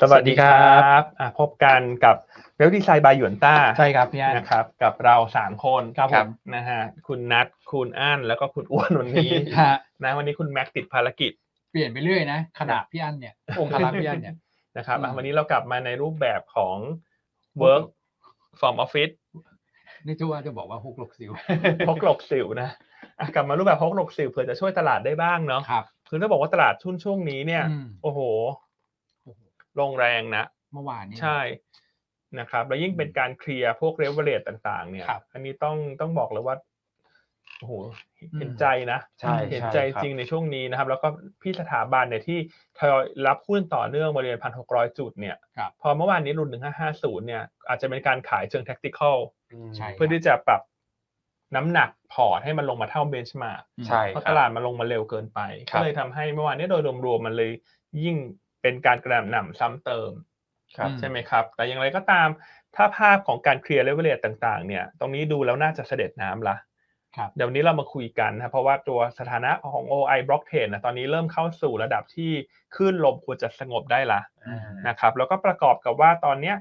สวัสดีครับอ่ะพบกันกับเวลดีไซน์บายหยวนต้า ใช่ครับพี่อัน นะครับ กับเราสามคน ครับผม นะฮะคุณนัทคุณอั้นแล้วก็คุณอ้วนวันนี้ ฮะ นะวันนี้คุณแม็กติดภารกิจ เปลี่ยนไปเรื่อยนะขนาดพี่อันเนี่ยองค์คาราพี่อันเนี่ย นะครับอ่ะ อืม วันนี้เรากลับมาในรูปแบบของ work from office นี่จะว่าจะบอกว่าฮุกหลกซิว พกหลกสิวนะอ่ะกลับมารูปแบบพกหลกสิวเผื่อจะช่วยตลาดได้บ้างเนาะ ครับ คือถ้าบอกว่าตลาดช่วงช่วงนี้เนี่ย อืม โอ้โห ลงแรงนะ เมื่อวานนี้ ใช่นะครับ แล้วยิ่งเป็นการเคลียร์พวกเรเวลเลตต่าง ๆ เนี่ย ครับ อันนี้ต้องต้องบอกเลยว่าโอ้โหเห็น อืม ใจนะ ใช่ เห็น ช่ ใจ คบ จริงในช่วงนี้นะครับ แล้วก็พี่สถาบันเนี่ยที่ทยอยรับหุ้นต่อเนื่องบริเวณพันหกร้อยจุดเนี่ย ครับ พอเมื่อวานนี้รุ่นหนึ่งห้าห้าศูนย์เนี่ยอาจจะเป็นการขายเชิง t ท c ติคอล ม ใช่ เพื่อที่จะปรับน้ำหนักพอร์ตให้มันลงมาเท่าเบนช์มา ใช่ เพราะ ค ต รับ ลาดมันลงมาเร็วเกินไป ครั ก็ บ เลยทำให้เมื่อวานนี้โดยรวมๆมันเลยยิ่งเป็นการกระหน่ำซ้ำเติม ครับ อืม ใช่ไหมครับ แต่อย่างไรก็ตาม ถ้าภาพของการเคลียร์เลเวลเลตต่างๆ เนี่ย ตรงนี้ดูแล้วน่าจะเสด็จน้ำละ ครับ เดี๋ยวนี้เรามาคุยกันนะ เพราะว่าตัวสถานะของ OI Blockchain นะ ตอนนี้เริ่มเข้าสู่ระดับที่ขึ้นลมควรจะสงบได้ละ อืม นะครับ แล้วก็ประกอบกับว่าตอนเนี้ย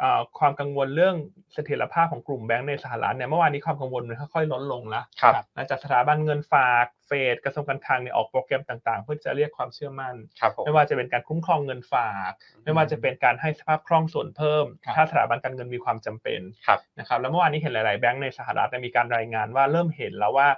เอ่อความกังวลเรื่องเสถียรภาพของกลุ่มแบงก์ในสหรัฐเนี่ย เมื่อวานนี้ความกังวลมันค่อยๆลดลงละ ครับ หลังจากสถาบันเงินฝาก เฟด กระทรวงการคลังเนี่ยออกโปรแกรมต่างๆ เพื่อจะเรียกความเชื่อมั่น ครับผม ไม่ว่าจะเป็นการคุ้มครองเงินฝาก ไม่ว่าจะเป็นการให้สภาพคล่องส่วนเพิ่ม ครับ ถ้าสถาบันการเงินมีความจำเป็น ครับ นะครับ แล้วเมื่อวานนี้เห็นหลาย ๆ แบงก์ในสหรัฐเนี่ยมีการรายงานว่าเริ่มเห็นแล้วว่า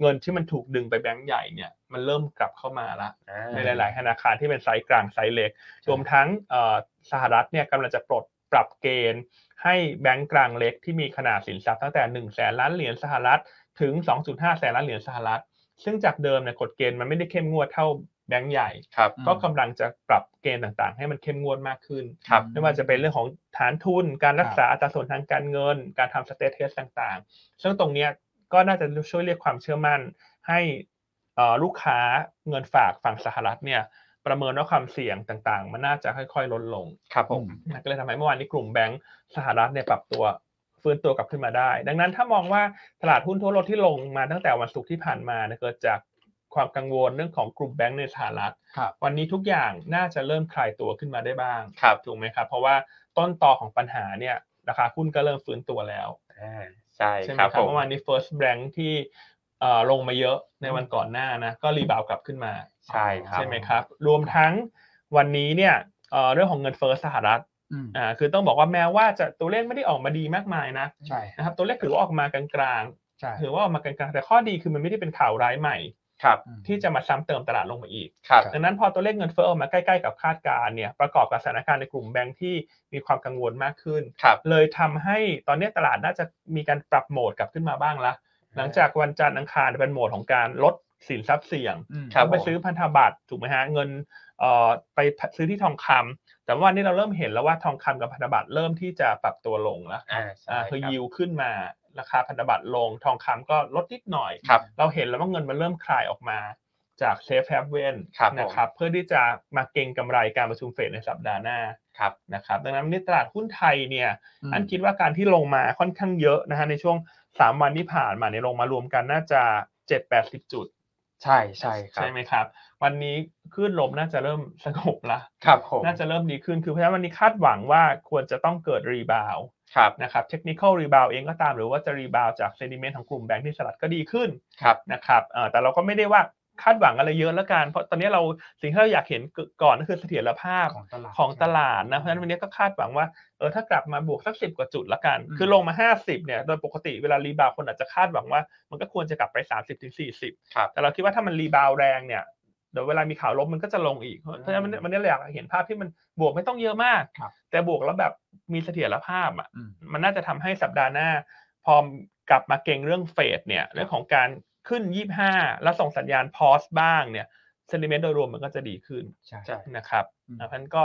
เงินที่มันถูกดึงไปแบงก์ใหญ่เนี่ยมันเริ่มกลับเข้ามาละในหลาย ๆ ธนาคารที่เป็นไซส์กลางไซส์เล็ก รวมทั้งเอ่อสหรัฐเนี่ยกำลังจะปลดปรับเกณฑ์ ให้แบงก์กลางเล็กที่มีขนาดสินทรัพย์ตั้งแต่1นึ่งแสนล้านเหรียญสหรัฐถึง 2.5 แสนล้านเหรียญสหรัฐ ซึ่งจากเดิมเนี่ยกฎเกณฑ์มันไม่ได้เข้มงวดเท่าแบงก์ใหญ่ ครับ อืม ก็กำลังจะปรับเกณฑ์ต่างๆ ให้มันเข้มงวดมากขึ้น ครับ ไม่ว่าจะเป็นเรื่องของฐานทุน การรักษาอัตราส่วนทางการเงิน การทำสเตทเทสต่างๆ ซึ่งตรงเนี้ยก็น่าจะช่วยเรียกความเชื่อมั่น ให้เอ่อลูกค้าเงินฝากฝั่งสหรัฐเนี่ยประเมินว่าความเสี่ยงต่างๆ มันน่าจะค่อยๆลดลง ครับผม นะก็เลยทำให้เมื่อวานนี้กลุ่มแบงก์สหรัฐเนี่ยปรับตัวฟื้นตัวกลับขึ้นมาได้ ดังนั้นถ้ามองว่าตลาดหุ้นทั่วโลกที่ลงมาตั้งแต่วันศุกร์ที่ผ่านมาเนี่ยเกิดจากความกังวลเรื่องของกลุ่มแบงก์ในสหรัฐ ครับ วันนี้ทุกอย่างน่าจะเริ่มคลายตัวขึ้นมาได้บ้าง ครับ ถูกไหมครับ เพราะว่าต้นตอของปัญหาเนี่ยราคาหุ้นก็เริ่มฟื้นตัวแล้ว อ่าใช่ ใช่ไหม ค ค รั รั บบ ผม เมื่อวานนี้ First Bank ที่เอ่อลงมาเยอะในวันก่อนหน้านะก็รีบาวกลับขึ้นมา ใช่ครับ ใช่ไหมครับ รวมทั้งวันนี้เนี่ยเอ่อเรื่องของเงินเฟ้อสหรัฐ อืม อ่าคือต้องบอกว่าแม้ว่าจะตัวเลขไม่ได้ออกมาดีมากมายนะ ใช่ นะครับตัวเลขถือว่าออกมากลาง ใช่ ๆถือว่าออกมากลางๆแต่ข้อดีคือมันไม่ได้เป็นข่าวร้ายใหม่ ครับ อืม ที่จะมาซ้ำเติมตลาดลงมาอีก ครับ ดังนั้นพอตัวเลขเงินเฟ้อออกมาใกล้ๆกับคาดการณ์เนี่ยประกอบกับสถานการณ์ในกลุ่มแบงค์ที่มีความกังวลมากขึ้น ครับ เลยทำให้ตอนนี้ตลาดน่าจะมีการปรับโหมดกลับขึ้นมาบ้างละหลังจากวันจันทร์อังคารเป็นโหมดของการลดสินทรัพย์เสี่ยง ครับ เอาไปซื้อพันธบัตรถูกไหมฮะเงินเอ่อไปซื้อที่ทองคำแต่ว่าวันนี้เราเริ่มเห็นแล้วว่าทองคำกับพันธบัตรเริ่มที่จะปรับตัวลงแล้ว อ่าใช่ อ่าคือ รับ ยิวขึ้นมาราคาพันธบัตรลง ทองคำก็ลดนิดหน่อย ครับ เราเห็นแล้วว่าเงินมันเริ่มคลายออกมาจากเซฟแฮเว่น ครับผม นะครับเพื่อที่จะมาเก็งกำไรการประชุมเฟดในสัปดาห์หน้า ครับ นะครับดังนั้นวันนี้ตลาดหุ้นไทยเนี่ย อืม อันคิดว่าการที่ลงมาค่อนข้างเยอะนะฮะในช่วง 3 วันที่ผ่านมาเนี่ยลงมารวมกันน่าจะ 7 8 0 จุด ใช่ใช่ครับ ใช่ไหมครับ วันนี้ขึ้นลมน่าจะเริ่มสงบละ ครับผม น่าจะเริ่มดีขึ้นคือเพราะฉะนั้นวันนี้คาดหวังว่าควรจะต้องเกิดรีบาวด์ ครับ นะครับเทคนิคอลรีบาวเองก็ตามหรือว่าจะรีบาวด์จากเซนิเมนต์ของกลุ่มแบงก์ที่สลัดก็ดีขึ้น ครับ นะครับเอ่อแต่เราก็ไม่ได้ว่าคาดหวังอะไรเยอะแล้วกัน เพราะตอนนี้เราสิ่งที่เราอยากเห็นก่อนก็คือเสถียรภาพ ของตลาด ของตลาดนะ เพราะฉะนั้นวันนี้ก็คาดหวังว่า เออถ้ากลับมาบวกสักสิบกว่าจุดละกัน อืม คือลงมา 50เนี่ย โดยปกติเวลารีบาวคนอาจจะคาดหวังว่า มันก็ควรจะกลับไป 30ถึง40 ครับ แต่เราคิดว่าถ้ามันรีบาวแรงเนี่ย เดี๋ยวเวลามีข่าวลบมันก็จะลงอีก เพราะเพราะฉะนั้นวันนี้เราอยากเห็นภาพที่มันบวกไม่ต้องเยอะมาก ครับ แต่บวกแล้วแบบมีเสถียรภาพอ่ะ อืม มันน่าจะทำให้สัปดาห์หน้า พอกลับมาเก่งเรื่องเฟดเนี่ยเรื่องของการขึ้น 25 แล้วส่งสัญญาณพอสบ้างเนี่ยเซนิเมนต์โดยรวมมันก็จะดีขึ้น ใช่ ใช่ นะครับ อืม อ่ะเพราะฉะนั้นก็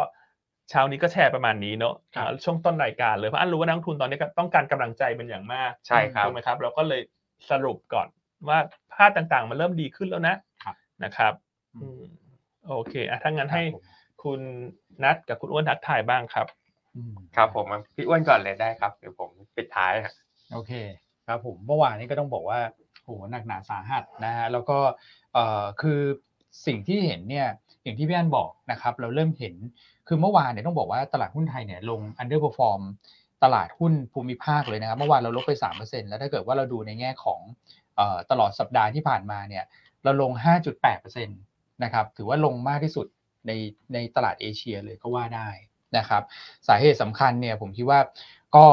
เช้านี้ก็แชร์ประมาณนี้เนอะ ครับ อ่าช่วงต้นรายการเลยเพราะอันรู้ว่านักลงทุนตอนนี้ก็ต้องการกำลังใจเป็นอย่างมาก ใช่ครับ ถูกไหมครับ เราก็เลยสรุปก่อนว่าภาพต่างๆ มันเริ่มดีขึ้นแล้วนะครับนะครับ อืม อืมโอเคอ่ะถ้างั้นให้ ผม คุณนัทกับคุณอ้วนทักทายบ้างครับ อืม ครับผมพี่อ้วนก่อนเลยได้ครับเดี๋ยวผมปิดท้ายครับ โอเคครับผมเมื่อวานนี้ก็ต้องบอกว่าโหหนักหนาสาหัสนะฮะแล้วก็เอ่อคือสิ่งที่เห็นเนี่ยจ อย่างที่พี่อันบอกนะครับเราเริ่มเห็นคือเมื่อวานเนี่ยต้องบอกว่าตลาดหุ้นไทยเนี่ยลง underperform ตลาดหุ้นภูมิภาคเลยนะครับเมื่อวานเราลบไป 3%แล้วถ้าเกิดว่าเราดูในแง่ของเอ่อตลอดสัปดาห์ที่ผ่านมาเนี่ยเราลง 5.8%นะครับถือว่าลงมากที่สุดในในตลาดเอเชียเลยก็ว่าได้นะครับ สาเหตุสำคัญเนี่ยผมคิดว่าก็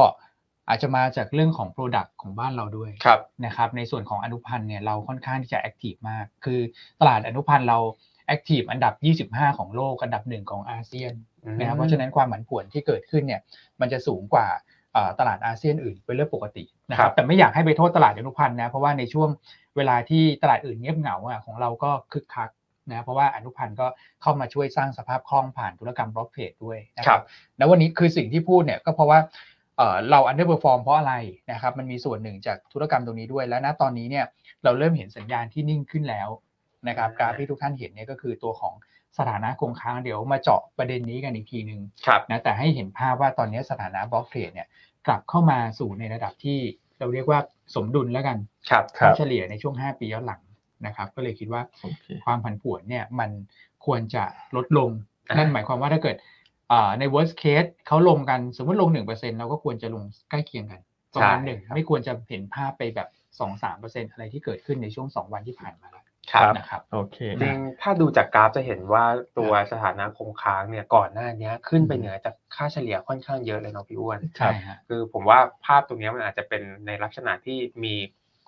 อาจจะมาจากเรื่องของ Product ของบ้านเราด้วย ครับ นะครับในส่วนของอนุพันธ์เนี่ยเราค่อนข้างที่จะแอคทีฟมาก คือตลาดอนุพันธ์เราแอคทีฟอันดับ 25 ของโลก อันดับหนึ่งของอาเซียนนะครับเพราะฉะนั้นความผันผวนที่เกิดขึ้นเนี่ยมันจะสูงกว่าเอ่อตลาดอาเซียนอื่นเป็นเรื่องปกตินะค ครั รับบ แต่ไม่อยากให้ไปโทษตลาดอนุพันธ์นะเพราะว่าในช่วงเวลาที่ตลาดอื่นเงียบเหงาอ่ะของเราก็คึกคักนะเพราะว่าอนุพันธ์ก็เข้ามาช่วยสร้างสภาพคล่องผ่านธุรกรรมบล็อกเทรดด้วยนะ ค ค รั รับ บ แล้ววันนี้คือสิ่งที่พูดเนี่ยก็เพราะว่าเอ่อเราอันเดอร์เพอร์ฟอร์มเพราะอะไรนะครับมันมีส่วนหนึ่งจากธุรกรรมตรงนี้ด้วย และณตอนนี้เนี่ยเราเริ่มเห็นสัญญาณที่นิ่งขึ้นแล้วนะครับ อืม กราฟที่ทุกท่านเห็นเนี่ยก็คือตัวของสถานะคงค้างเดี๋ยวมาเจาะประเด็นนี้กันอีกทีหนึ่ง ครับ นะแต่ให้เห็นภาพว่าตอนนี้สถานะบล็อกเทรดเนี่ยกลับเข้ามาสู่ในระดับที่เราเรียกว่าสมดุลแล้วกัน ครับ ครับ เฉลี่ยในช่วง 5 ปีย้อนหลังนะครับก็เลยคิดว่า โอเค ความผันผวนเนี่ยมันควรจะลดลง อ่านั่ นั่นหมายความว่าถ้าเกิดอ่าใน worst case เขาลงกันสมมติลง 1%เราก็ควรจะลงใกล้เคียงกันประมาณหนึ่งไม่ควรจะเห็นภาพไปแบบ 2-3%อะไรที่เกิดขึ้นในช่วง 2 วันที่ผ่านมาแล้ว ครับ นะครับ โอเค จริงๆถ้าดูจากกราฟจะเห็นว่าตัวสถานะคงค้างเนี่ยก่อนหน้านี้ขึ้นไปเหนือจากค่าเฉลี่ยค่อนข้างเยอะเลยเนาะพี่อ้วน ครับ ใช่ฮะ คือผมว่าภาพตรงเนี้ยมันอาจจะเป็นในลักษณะที่มี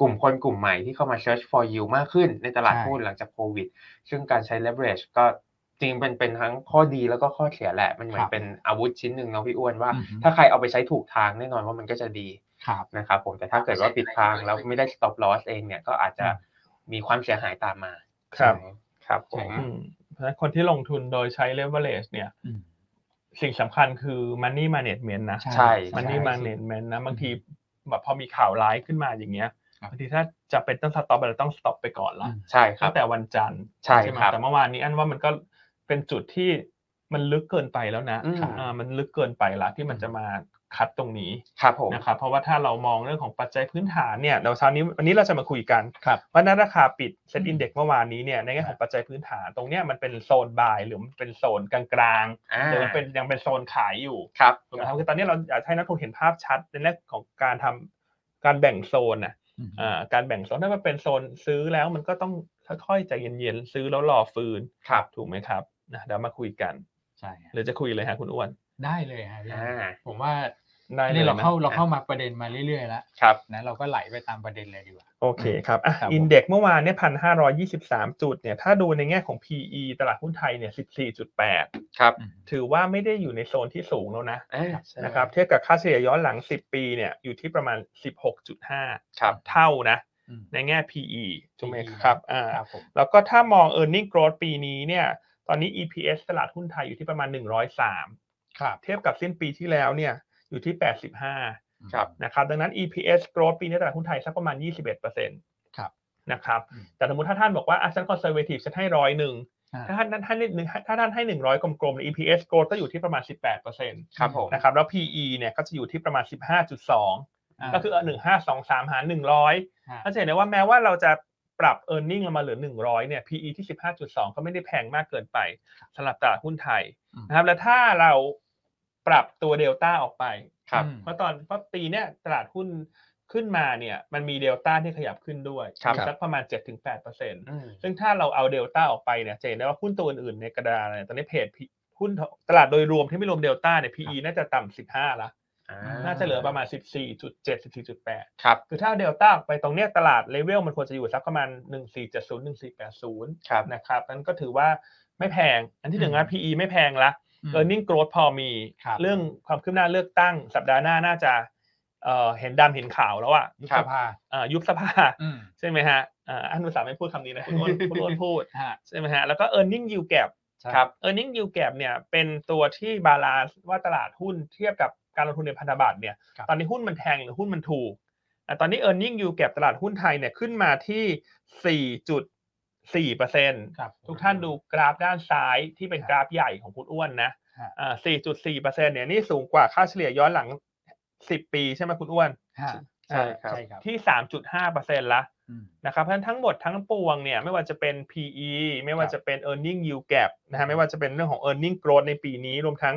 กลุ่มคนกลุ่มใหม่ที่เข้ามา search for yield มากขึ้นในตลาด ใช่ หุ้นหลังจากโควิด ซึ่งการใช้ leverage ก็จริงเป็นเป็นทั้งข้อดีแล้วก็ข้อเสียแหละ มันเหมือนเป็นอาวุธชิ้นหนึ่งเนาะพี่อ้วนว่า อือฮึ ถ้าใครเอาไปใช้ถูกทางแน่นอนว่ามันก็จะดี ครับ นะครับผมแต่ถ้าเกิดว่าปิดทางแล้วไม่ได้ stop loss เองเนี่ยก็อาจจะ อืม มีความเสียหายตามมา ครับ ครับผม อืมเพราะฉะนั้นคนที่ลงทุนโดยใช้ leverage เนี่ย อืม สิ่งสำคัญคือ money management นะ ใช่ ใช่ มันนี่ ใช่ มาเน้นแมนนะบางทีแบบพอมีข่าวร้ายขึ้นมาอย่างเงี้ย ครับ บางทีถ้าจะเป็นต้องสต็อปเราต้องสต็อปไปก่อนละ ใช่ครั ตั้ บ งแต่วันจันทร์ ใช่ ไหม ครับ แต่เมื่อวานนี้อันว่ามันก็เป็นจุดที่มันลึกเกินไปแล้วนะ อืม อ่ามันลึกเกินไปละที่มันจะมาคัดตรงนี้ ครับผม นะครับเพราะว่าถ้าเรามองเรื่องของปัจจัยพื้นฐานเนี่ยเราเช้านี้วันนี้เราจะมาคุยกัน ครับ ว่านัราคาปิดเซ็นดินเด็กเมื่อวานนี้เนี่ยในแง่ของปัจจัยพื้นฐานตรงเนี้ยมันเป็นโซนบายหรือมันเป็นโซนกลาง อ่า ๆหรือมันเป็นยังเป็นโซนขายอยู่ ครับ ถูกไหมครับคือตอนนี้เราอยากให้นักลงทุนเห็นภาพชัดในเรื่องของการทำการแบ่งโซนนะ อืม อ่าการแบ่งโซนถ้ามันเป็นโซนซื้อแล้วมันก็ต้องค่อยๆใจเย็นๆซื้อแล้วรอฟื้น ครับ ถูกไหมครับนะเดี๋ยวมาคุยกัน ใช่ฮะ หรือจะคุยเลยฮะคุณอ้วน ได้เลยฮะพี่อัน อ่า ผมว่า ได้ลยะ นี่เราเข้าเราเข้ามาประเด็นมาเรื่อยๆแล้ว ครับ นะเราก็ไหลไปตามประเด็นเลยดีกว่า โอเคครับอ่ะ ครับผม อินเด็กซ์เมื่อวานเนี่ยพันห้าร้อยี่สิบสามจุดเนี่ยถ้าดูในแง่ของ PE ตลาดหุ้นไทยเนี่ยสิบสี่จุดแปด ครับ อืม ถือว่าไม่ได้อยู่ในโซนที่สูงแล้วนะ อ่า นะครับเทียบกับค่าเฉลี่ยย้อนหลัง 10 ปีเนี่ยอยู่ที่ประมาณ 16.5 ครับ เท่านะ อืม ในแง่ PE ถูกไหม PE ครับ อ่า ครับผม แล้วก็ถ้ามอง e a r n i n g growth ปีนี้เนี่ย ตอนนี้ EPS ตลาดหุ้นไทยอยู่ที่ประมาณ 103 ครับ เทียบกับสิ้นปีที่แล้วเนี่ยอยู่ที่ 85 ครับ นะครับ ดังนั้น EPS growth ปีนี้ตลาดหุ้นไทยสักประมาณ 21 ครับ นะครับ อืม แต่สมมติถ้าท่านบอกว่าอ่ะฉัน conservative ฉันให้ร้อยหนึ่ง อ่า ถ้าท่านท่านให้หนึ่งถ้าท่านให้ 100 กลมๆเนี่ย EPS growth ก็อยู่ที่ประมาณ 18%น ครับผม ะครับ แล้ว PE เนี่ยก็จะอยู่ที่ประมาณ 15.2 ก็คือเอา1523 หาร 100 ก็จะเห็นได้ว่าแม้ว่าเราจะปรับ e a r n i n g ลงมาเหลือ 100 เนี่ย PE ที่ 15.2 ก็ไม่ได้แพงมากเกินไปสำหรับตลาดหุ้นไทย อืม นะครับ แล้วถ้าเราปรับตัวเดลต้าออกไป ครับ อืม เพราะตอนเพราะปีเนี้ยตลาดหุ้นขึ้นมาเนี่ยมันมีเดลต้าที่ขยับขึ้นด้วย ครับ มีสักประมาณ 7-8% อืม ซึ่งถ้าเราเอาเดลต้าออกไปเนี่ยจะเห็นได้ว่าหุ้นตัวอื่นๆในกระดานเนี่ยตอนนี้เพจ P- หุ้นตลาดโดยรวมที่ไม่รวมเดลต้าเนี่ย PE น่าจะต่ำ15ละ อ่ น่าจะเหลือประมาณ 14.7-14.8 ครับ คือถ้าเดลต้าไปตรงเนี้ยตลาดเลเวลมันควรจะอยู่สักประมาณ 1470 1480 ครับ นะครับนั้นก็ถือว่าไม่แพง อันที่หนึ่ง อื นะ ม PE ไม่แพงละ ม e a r n i n g growth พอมี ครับ เรื่องความคืบหน้าเลือกตั้ง สัปดาห์หน้าน่าจะเอ่อเห็นดำเห็นขาวแล้วอ่ะ ยุบ ครั ส บ ภา เอ่อยุบสภา อืม ใช่ไหมฮะเอ่ออันนุตสาห์ไม่พูดคำนี้นะ คุณอ้วนคุณอ้วนพูด ฮะ ใช่ไหมฮะ แล้วก็ e a r n i n g yield gap ใช่ ครับ e a r n i n g yield gap เนี่ยเป็นตัวที่บาลานซ์ว่าตลาดหุ้นเทียบกับการลงทุนในพันธบัตรเนี่ย ครับ ตอนนี้หุ้นมันแพงหรือหุ้นมันถูกอ่ะตอนนี้ e a r n i n g yield gap ตลาดหุ้นไทยเนี่ยขึ้นมาที่ 4.4% ครับ ทุกท่านดูกราฟด้านซ้ายที่เป็นกราฟใหญ่ของคุณอ้วนนะ ฮะ อ่า4.4%เนี่ยนี่สูงกว่าค่าเฉลี่ยย้อนหลัง 10 ปีใช่ไหมคุณอ้วน ฮะ ใช่ครับ ใช่ครับ ที่ 3.5%ละ อืม นะครับเพราะฉะนั้นทั้งหมดทั้งปวงเนี่ยไม่ว่าจะเป็น PE ไม่ว่าจะเป็น e a r n i n g yield gap นะฮะไม่ว่าจะเป็นเรื่องของ e a r n i n g growth ในปีนี้รวมทั้ง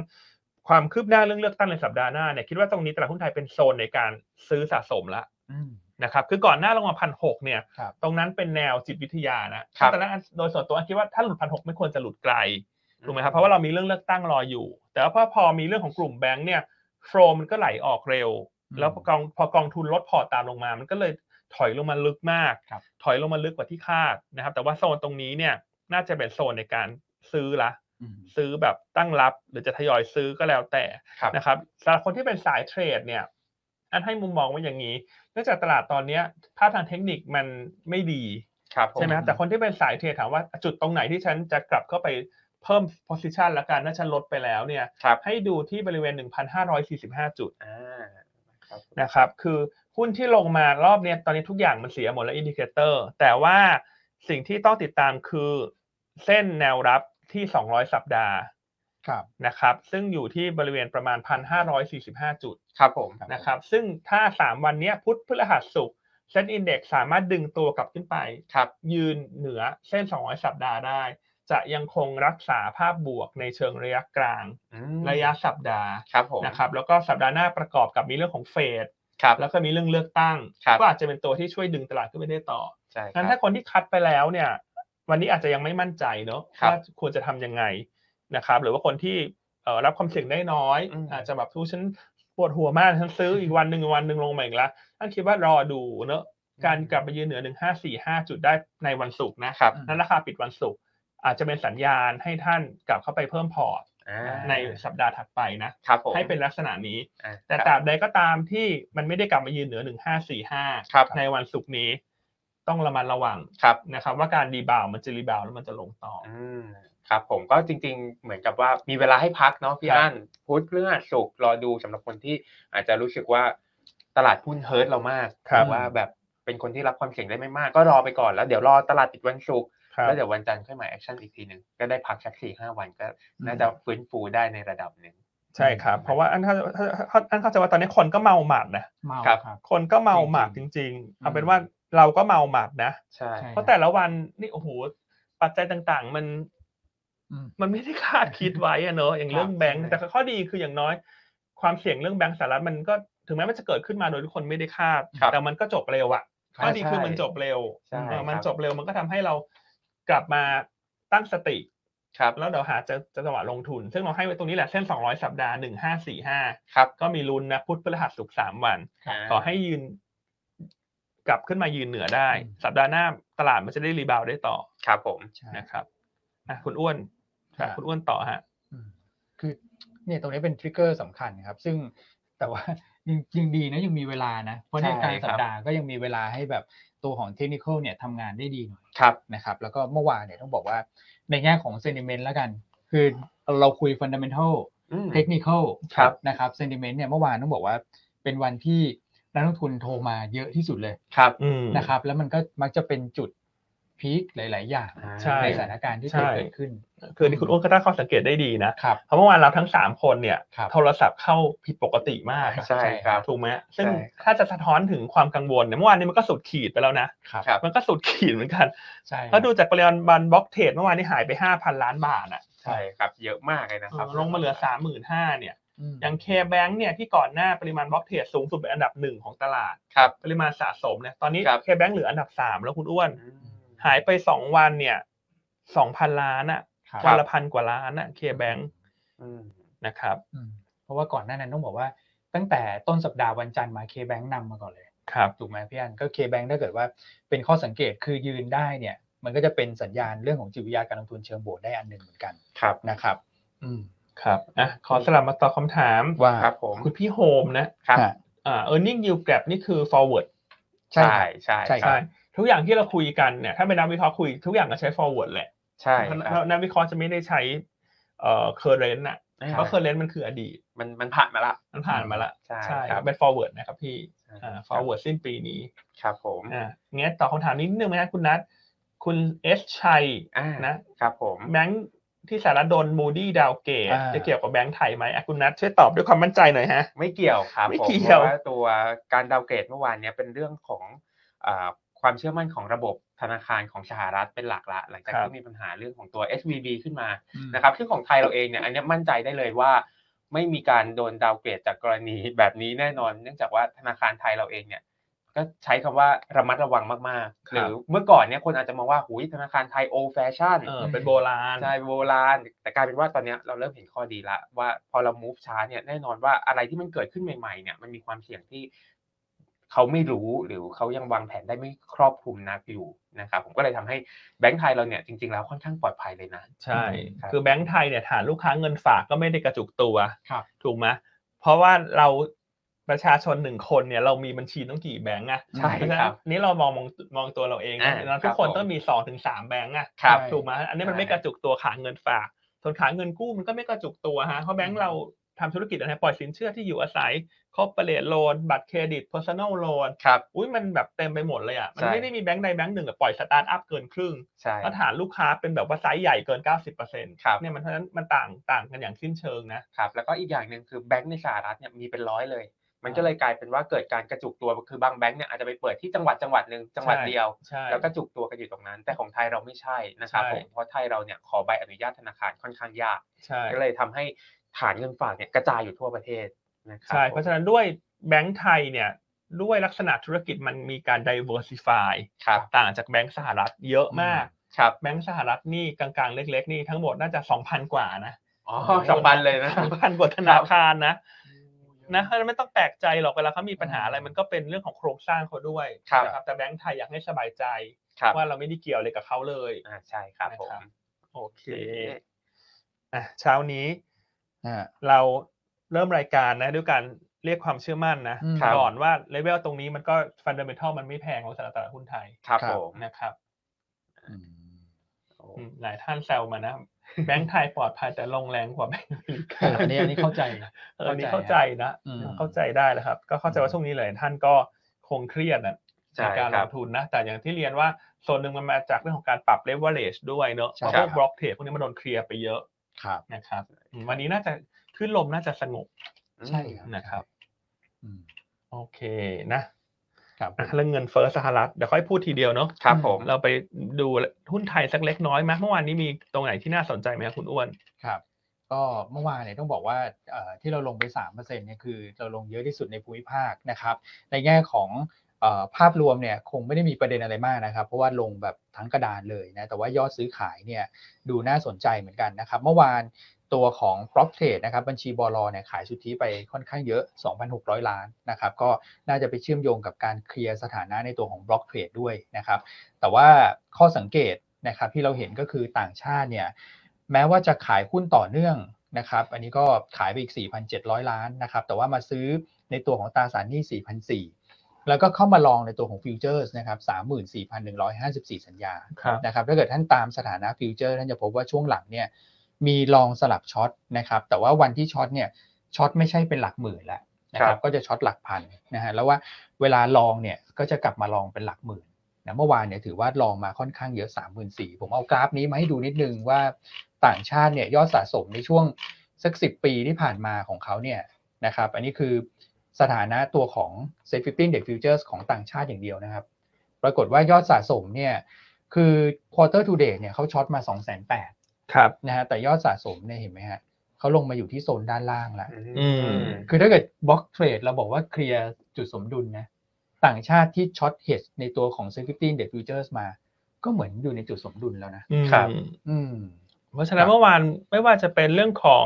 ความคืบหน้าเรื่องเลือกตั้งในสัปดาห์หน้าเนี่ยคิดว่าตรงนี้ตลาดหุ้นไทยเป็นโซนในการซื้อสะสมละ อืม นะครับคือก่อนหน้าลงมาพันหกเนี่ย ครับ ตรงนั้นเป็นแนวจิตวิทยานะครับ แต่นั้นโดยส่วนตัวคิดว่าถ้าหลุดพันหกไม่ควรจะหลุดไกลถูกไหมครับเพราะว่าเรามีเรื่องเลือกตั้งรออยู่ แต่ว่าพอพอมีเรื่องของกลุ่มแบงค์เนี่ยโฟมันก็ไหลออกเร็ว แล้วพอกองพอกองทุนลดพอร์ตตามลงมา มันก็เลยถอยลงมาลึกมาก ครับ ถอยลงมาลึกกว่าที่คาดนะครับ แต่ว่าโซนตรงนี้เนี่ยน่าจะเป็นโซนในการซื้อละ อืม ซื้อแบบตั้งรับ หรือจะทยอยซื้อก็แล้วแต่ ครับ นะครับสำหรับคนที่เป็นสายเทรดเนี่ย อันให้มุมมองไว่าอย่างนี้ เนื่องจากตลาดตอนเนี้ยภาพทางเทคนิคมันไม่ดี ครับผ ใช่ไหมครับแต่คนที่เป็นสายเทรดถามว่าจุดตรงไหนที่ฉันจะกลับเข้าไปเพิ่ม position ละกันถ้าฉันลดไปแล้วเนี่ย ครับ ให้ดูที่บริเวณ 1,545 จุด อ่าครับ นะครับ คือหุ้นที่ลงมารอบเนี้ยตอนนี้ทุกอย่างมันเสียหมดแล้วอินดิเคเตอร์ แต่ว่าสิ่งที่ต้องติดตามคือเส้นแนวรับที่ 200 สัปดาห์ ครับ นะครับ ซึ่งอยู่ที่บริเวณประมาณ 1,545 จุด ครับผม ครับ นะครับ ซึ่งถ้า 3 วันเนี้ยพุธพฤหัสศุกร์เซ็นอินเด็กสามารถดึงตัวกลับขึ้นไป ครับ ยืนเหนือเส้น 200 สัปดาห์ได้ จะยังคงรักษาภาพบวกในเชิงระยะกลาง อืม ระยะสัปดาห์ ครับผม นะครับ แล้วก็สัปดาห์หน้าประกอบกับมีเรื่องของเฟด ครับ แล้วก็มีเรื่องเลือกตั้ง ครับ ก็อาจจะเป็นตัวที่ช่วยดึงตลาดขึ้นไปได้ต่อ ใช่คงั้รัน บ ถ้าคนที่คัดไปแล้วเนี่ย วันนี้อาจจะยังไม่มั่นใจเนอะ ครับ ว่าควรจะทำยังไงนะครับ หรือว่าคนที่เอ่อรับความเสี่ยงได้น้อย อืม อาจจะแบบทูฉันปวดหัวมากฉันซื้ออีก วันหนึ่งวันหนึ่งลงมาอีกละท่านคิดว่ารอดูเนอะการกลับไปยืนเหนือหนึ่งห้าสี่ห้าจุดได้ในวันศุกร์นะครับ นั้นราคาปิดวันศุกร์อาจจะเป็นสัญญาณให้ท่านกลับเข้าไปเพิ่มพอร์ต อ่า ในสัปดาห์ถัดไปนะ ครับผม ให้เป็นลักษณะนี้ อ่า แต่ตราบใดก็ตามที่มันไม่ได้กลับมายืนเหนือ 1545 ครับ ในวันศุกร์นี้ ต้องระมัดระวัง ครับ นะครับ ว่าการดีบาวมันจะรีบาวแล้วมันจะลงต่อ อืมครับผมก็จริงๆ เหมือนกับว่ามีเวลาให้พักเนาะพี่ ครับ อั้นพุธเรื่องศุกร์รอดูสำหรับคนที่อาจจะรู้สึกว่าตลาดหุ้นเฮิร์ตเรามาก ครับ หอว่าแบบเป็นคนที่รับความเสี่ยงได้ไม่มาก ก็รอไปก่อนแล้วเดี๋ยวรอตลาดปิดวันศุกร์ ครับ แล้วเดี๋ยววันจันทร์ค่อยมาแอคชั่นอีกทีหนึ่งก็ได้พักสักสี่ห้าวันก็น่าจะฟื้นฟูได้ในระดับหนึ่ง ใช่ครับ เพราะว่าอันเข้าถ้าถ้าอันเข้าใจว่าตอนนี้คนก็เมาหมัดนะ เมา ครับ ครับ คนก็เมาหมัดจริง ๆ เอาเป็นว่าเราก็เมาหมัดนะ ใช่ ใช่ เพราะแต่ละวันนี่โอ้โหปัจจัยต่างๆ มัน อืม มันไม่ได้คาดคิดไว้อะเนอะอย่างเรื่องแบงก์แต่ข้อดีคืออย่างน้อย ความเสี่ยงเรื่องแบงก์สหรัฐมันก็ถึงแม้มันจะเกิดขึ้นมาโดยทุกคนไม่ได้คาด ครับ แต่มันก็จบเร็วอะ ข้อดีคือมันจบเร็ว ใช่ เออ ครับ มันจบเร็วมันก็ทำให้เรากลับมาตั้งสติ ครับ แล้วเดี๋ยวหาจะจะจังหวะลงทุน ซึ่งเราให้ไว้ตรงนี้แหละเส้น 200 สัปดาห์ 1545 ครับ ก็มีลุ้นนะพุธพฤหัสศุกร์สามวัน ขอให้ยืน กลับขึ้นมายืนเหนือได้ อืม สัปดาห์หน้าตลาดมันจะได้รีบาวด์ได้ต่อ ครับผม ใช่ นะครับอ่ะคุณอ้วน ครับ คุณอ้วนต่อฮะ อืมคือเนี่ยตรงนี้เป็นทริกเกอร์สำคัญครับ ซึ่ง แต่ว่า ยังยังดีนะยังมีเวลานะ เพราะในกลางสัปดาห์ก็ยังมีเวลาให้แบบตัวของเทคนิคเนี่ยทำงานได้ดีหน่อย ครับ นะครับ แล้วก็เมื่อวานเนี่ยต้องบอกว่าในแง่ของเซนิเมนต์แล้วกัน คือเราคุยฟันดัมเบลทัล เทคนิคอล ครับ นะครับเซนดิเมนต์เนี่ยเมื่อวานต้องบอกว่าเป็นวันที่นักลงทุนโทรมาเยอะที่สุดเลย ครับ อืม นะครับ แล้วมันก็มักจะเป็นจุดพีคหลาย ๆ อย่าง ใช่ ในสถานการณ์ที่เคยเกิดขึ้น คือนี่คุณอ้วนก็ตั้งข้อสังเกตได้ดีนะครับ เพราะเมื่อวานเราทั้งสามคนเนี่ย ครับ โทรศัพท์เข้าผิดปกติมาก ใช่ครับ ถูกไหมซึ่ง ใช่ ถ้าจะสะท้อนถึงความกังวลเนี่ยเมื่อวานนี้มันก็สุดขีดไปแล้วนะ ครับ ครับ มันก็สุดขีดเหมือนกัน ใช่ ถ้าดูจากปริมาณบันบล็อกเทรดเมื่อวานนี้หายไป 5,000 ล้านบาทอ่ะ ใช่ครับเยอะมากเลยนะครับ ลงมาเหลือ 35,000เนี่ย อืม อย่าง K-Bank เนี่ยที่ก่อนหน้าปริมาณบล็อกเทรดสูงสุดเป็นอันดับหนึ่งของตลาด ครับ ปริมาณสะสมเนี่ยตอนนี้ ครับ K-Bank เหลืออันดับ 3 แล้วคุณอ้วน อืม หายไป 2 วันเนี่ย 2,000 ล้านอ่ะ ครับ วันละพันกว่าล้านอ่ะ K-Bank อืม นะครับ อืมเพราะว่าก่อนหน้านั้นต้องบอกว่า ตั้งแต่ต้นสัปดาห์วันจันทร์มาเคแบงค์นำมาก่อนเลย ครับ ถูกไหมพี่อันก็เคแบงค์ถ้าเกิดว่าเป็นข้อสังเกตคือยืนได้เนี่ย มันก็จะเป็นสัญญาณเรื่องของจิตวิทยาการลงทุนเชิงบวกได้อันหนึ่งเหมือนกัน ครับ นะครับ อืม ครับอ่ะขอสลับมาตอบคำถาม ว่า ครับผม คุณพี่โฮมนะครับ ฮะ อ่า earning yield gap นี่คือ forward ใช่ ใช่ ครับ ใช่ ใช่ครับ ใช่ทุกอย่างที่เราคุยกันเนี่ยถ้าเป็นนักวิเคราะห์คุยทุกอย่างก็ใช้ forward แหละ ใช่ เพราะ ครับ นักวิเคราะห์จะไม่ได้ใช้เอ่อ current น่ะเพราะ ก็คือ current มันคืออดีต มันมันผ่านมาละ มันผ่านมาละ ใช่ ใช่ ครับ เป็น forward นะครับพี่อ่า ครับ forward สิ้นปีนี้ ครับผม อ่างั้นตอบคำถามนิดนึงนะคุณนัทคุณเอสชัย อ่า นะครับ ผม แบงค์ที่สารดนมูดี้ดาวเกต อ่า จะเกี่ยวกับแบงค์ไทยไหมอ่ะคุณนัทช่วยตอบด้วยความมั่นใจหน่อยฮะ ไม่เกี่ยวครับ ไม่ ผม เกี่ เพ ยว ราะว่าตัวการดาวเกรดเมื่อวานเนี้ยเป็นเรื่องของอ่า ความเชื่อมั่นของระบบธนาคารของสหรัฐเป็นหลักละ หลังจาก ครับ ที่มีปัญหาเรื่องของตัว SVB ขึ้นมา อืม นะครับซึ่งของไทยเราเองเนี่ยอันเนี้ยมั่นใจได้เลยว่า ไม่มีการโดนดาวเกรดจากกรณีแบบนี้แน่นอน เนื่องจากว่าธนาคารไทยเราเองเนี่ยก็ใช้คำว่าระมัดระวังมาก ครับๆหรือเมื่อก่อนเนี่ยคนอาจจะมองว่าหุยธนาคารไทยโอแฟชั่น เออเป็นโบราณ ใช่โบราณแต่กลายเป็นว่าตอนเนี้ยเราเริ่มเห็นข้อดีละว่าพอเรา move ช้าเนี่ยแน่นอนว่าอะไรที่มันเกิดขึ้นใหม่ๆเนี่ยมันมีความเสี่ยงที่เขาไม่รู้หรือเขายังวางแผนได้ไม่ครอบคลุมนักอยู่นะครับผมก็เลยทำให้แบงก์ไทยเราเนี่ยจริงๆแล้วค่อนข้างปลอดภัยเลยนะ ใช่ ครับ คือแบงก์ไทยเนี่ยฐานลูกค้าเงินฝากก็ไม่ได้กระจุกตัว ครับ ถูกไหมเพราะว่าเราประชาชนหนึ่งคนเนี่ยเรามีบัญชีต้องกี่แบงก์อะ ใช่ เพราะฉะ ค นั้ รั น บ นี่เรามองมองมองตัวเราเอง อ่า นะ ค ทุ รั ก บ คน ผม ต้องมีสองถึงสามแบงก์อะ ครับ ใช่ ถูกไหมอันนี้มัน ใช่ ไม่กระจุกตัวขาเงินฝาก ส่วนขาเงินกู้มันก็ไม่กระจุกตัวฮะเพราะแบงก์เราทำธุรกิจอะไรปล่อยสินเชื่อที่อยู่อาศัย corporate loan บัตรเครดิต personal loan ครับ อุ้ยมันแบบเต็มไปหมดเลยอ่ะมัน ใช่ ไม่ได้มีแบงก์ใดแบงก์หนึ่งอะปล่อยสตาร์ทอัพเกินครึ่ง ใช่ มาตรฐานลูกค้าเป็นแบบว่าไซส์ใหญ่เกิน 90%เ ครับ นี่ยมันเพราะฉะนั้นมันต่างต่างกันอย่างสิ้นเชิงนะ ครับ แล้วก็อีกอย่างหนึ่งคือแบงก์ในสหรัฐเนี่ยมีเป็นร้อยเลย มันก็เลยกลายเป็นว่าเกิดการกระจุกตัวคือบางแบงก์เนี่ยอาจจะไปเปิดที่จังหวัดจังหวัดหนึ่งจังหวัด ใช่ เดียว ใช่ แล้วก็จุกตัวกันอยู่ตรงนั้น แต่ของไทยเราไม่ใช่นะครับ ใช่ ผมเพราะไทยเราเนี่ยขอใบอนุญาตธนาคารค่อนข้างยาก ใช่ ก็เลยทำให้ฐานเงินฝากเนี่ยกระจายอยู่ทั่วประเทศนะครั ใช่ ผม เพราะฉะนั้นด้วยแบงก์ไทยเนี่ยด้วยลักษณะธุรกิจมันมีการ diversify ครับ ต่างจากแบงก์สหรัฐเยอะมาก ครับ แบงก์สหรัฐนี่กลางๆ เล็กๆ นี่ทั้งหมดน่าจะ 2,000 กว่านะ อ๋อสองพันเลยนะ 2,000 กว่าธนาคารนะนะเพราะฉะนั้นไม่ต้องแปลกใจหรอกเวลาเขามีปัญหาอะไรมันก็เป็นเรื่องของโครงสร้างเขาด้วย ครับ นะครับแต่แบงก์ไทยอยากให้สบายใจ ครับ ว่าเราไม่ได้เกี่ยวอะไรกับเขาเลย อ่าใช่ครับผม นะครับ โอเค อ่ะเช้านี้ อ่า เราเริ่มรายการนะด้วยการเรียกความเชื่อมั่นนะครับ ก่อนว่าเลเวลตรงนี้มันก็ฟันเด m ม n ทัลมันไม่แพงของสำหรับตลาดหุ้นไทย ครับ ครับ ผม นะครับ อืม โอ้ อืมหลายท่านแซวมานะ แบงก์ไทยปลอดภัยแต่ลงแรงกว่าแบงก์อเมริกา อันนี้อันนี้เข้าใจ เอออันนี้เข้า เข้า ใจ ใจ นะ อืม เข้าใจได้แล้วครับ ก็เข้าใจว่าช่วงนี้หลายท่านก็คงเครียดนะ ใช่ ในการ ค ล รับ งทุนนะ แต่อย่างที่เรียนว่าส่วนหนึ่งมันมาจากเรื่องของการปรับเลเวอเรจด้วยเนอะเพ ใช่ ราะพครับ วกบล็อกเทรดพวกนี้มันโดนเคลียร์ไปเยอะ ครับ นะครับอืมวันนี้น่าจะขึ้นลมน่าจะสงบ ใช่ครับ นะครับ อืม โอเคนะครับ อ่ะเรื่องเงินเฟ้อสหรัฐเดี๋ยวค่อยพูดทีเดียวเนาะ ครับผม เราไปดูหุ้นไทยสักเล็กน้อยไหมเมื่อวานนี้มีตรงไหนที่น่าสนใจไหมครับคุณอ้วน ครับก็เมื่อวานเนี่ยต้องบอกว่าเอ่อที่เราลงไป3%เนี่ยคือเราลงเยอะที่สุดในภูมิภาคนะครับ ในแง่ของเอ่อภาพรวมเนี่ยคงไม่ได้มีประเด็นอะไรมากนะครับ เพราะว่าลงแบบทั้งกระดานเลยนะแต่ว่ายอดซื้อขายเนี่ยดูน่าสนใจเหมือนกันนะครับ เมื่อวานตัวของ prop trade นะครับบัญชีบอลเนี่ยขายสุทธิไปค่อนข้างเยอะ 2,600 ล้านนะครับก็น่าจะไปเชื่อมโยงกับการเคลียร์สถานะในตัวของ block trade ด้วยนะครับ แต่ว่าข้อสังเกตนะครับที่เราเห็นก็คือต่างชาติเนี่ยแม้ว่าจะขายหุ้นต่อเนื่องนะครับ อันนี้ก็ขายไปอีก 4,700 ล้านนะครับ แต่ว่ามาซื้อในตัวของตราสารหนี้4,400 แล้วก็เข้ามาลองในตัวของฟิวเจอร์สนะครับ34,154 สัญญา ครับ นะครับถ้าเกิดท่านตามสถานะฟิวเจอร์ท่านจะพบว่าช่วงหลังเนี่ยมีลองสลับช็อตนะครับแต่ว่าวันที่ช็อตเนี่ยช็อตไม่ใช่เป็นหลักหมื่นละนะค ครั รับบ ก็จะช็อตหลักพันนะฮะแล้วว่าเวลาลองเนี่ยก็จะกลับมาลองเป็นหลักหมื่นนะเมื่อวานเนี่ยถือว่าลองมาค่อนข้างเยอะ 3 4 0 0 0ผมเอากราฟนี้มาให้ดูนิดนึงว่าต่างชาติเนี่ยยอดสะสมในช่วงสัก 10 ปีที่ผ่านมาของเขาเนี่ยนะครับอันนี้คือสถานะตัวของ s e t 15 Index Futures ของต่างชาติอย่างเดียวนะครับ ปรากฏว่ายอดสะสมเนี่ยคือ quarter to date เนี่ยเขาช็อตมา 2 8 0 0 0 ครับ นะฮะแต่ยอดสะสมเนี่ยเห็นไหมฮะเขาลงมาอยู่ที่โซนด้านล่างแล้ว อืม คือถ้าเกิดบล็อกเทรดเราบอกว่าเคลียร์จุดสมดุลนะต่างชาติที่ช็อตเฮดในตัวของ s e f i t y Index Futures มา ก็เหมือนอยู่ในจุดสมดุลแล้วนะ อืม ครับ อืม เพราะฉะนั้ คนรับ เมื่อวานไม่ว่าจะเป็นเรื่องของ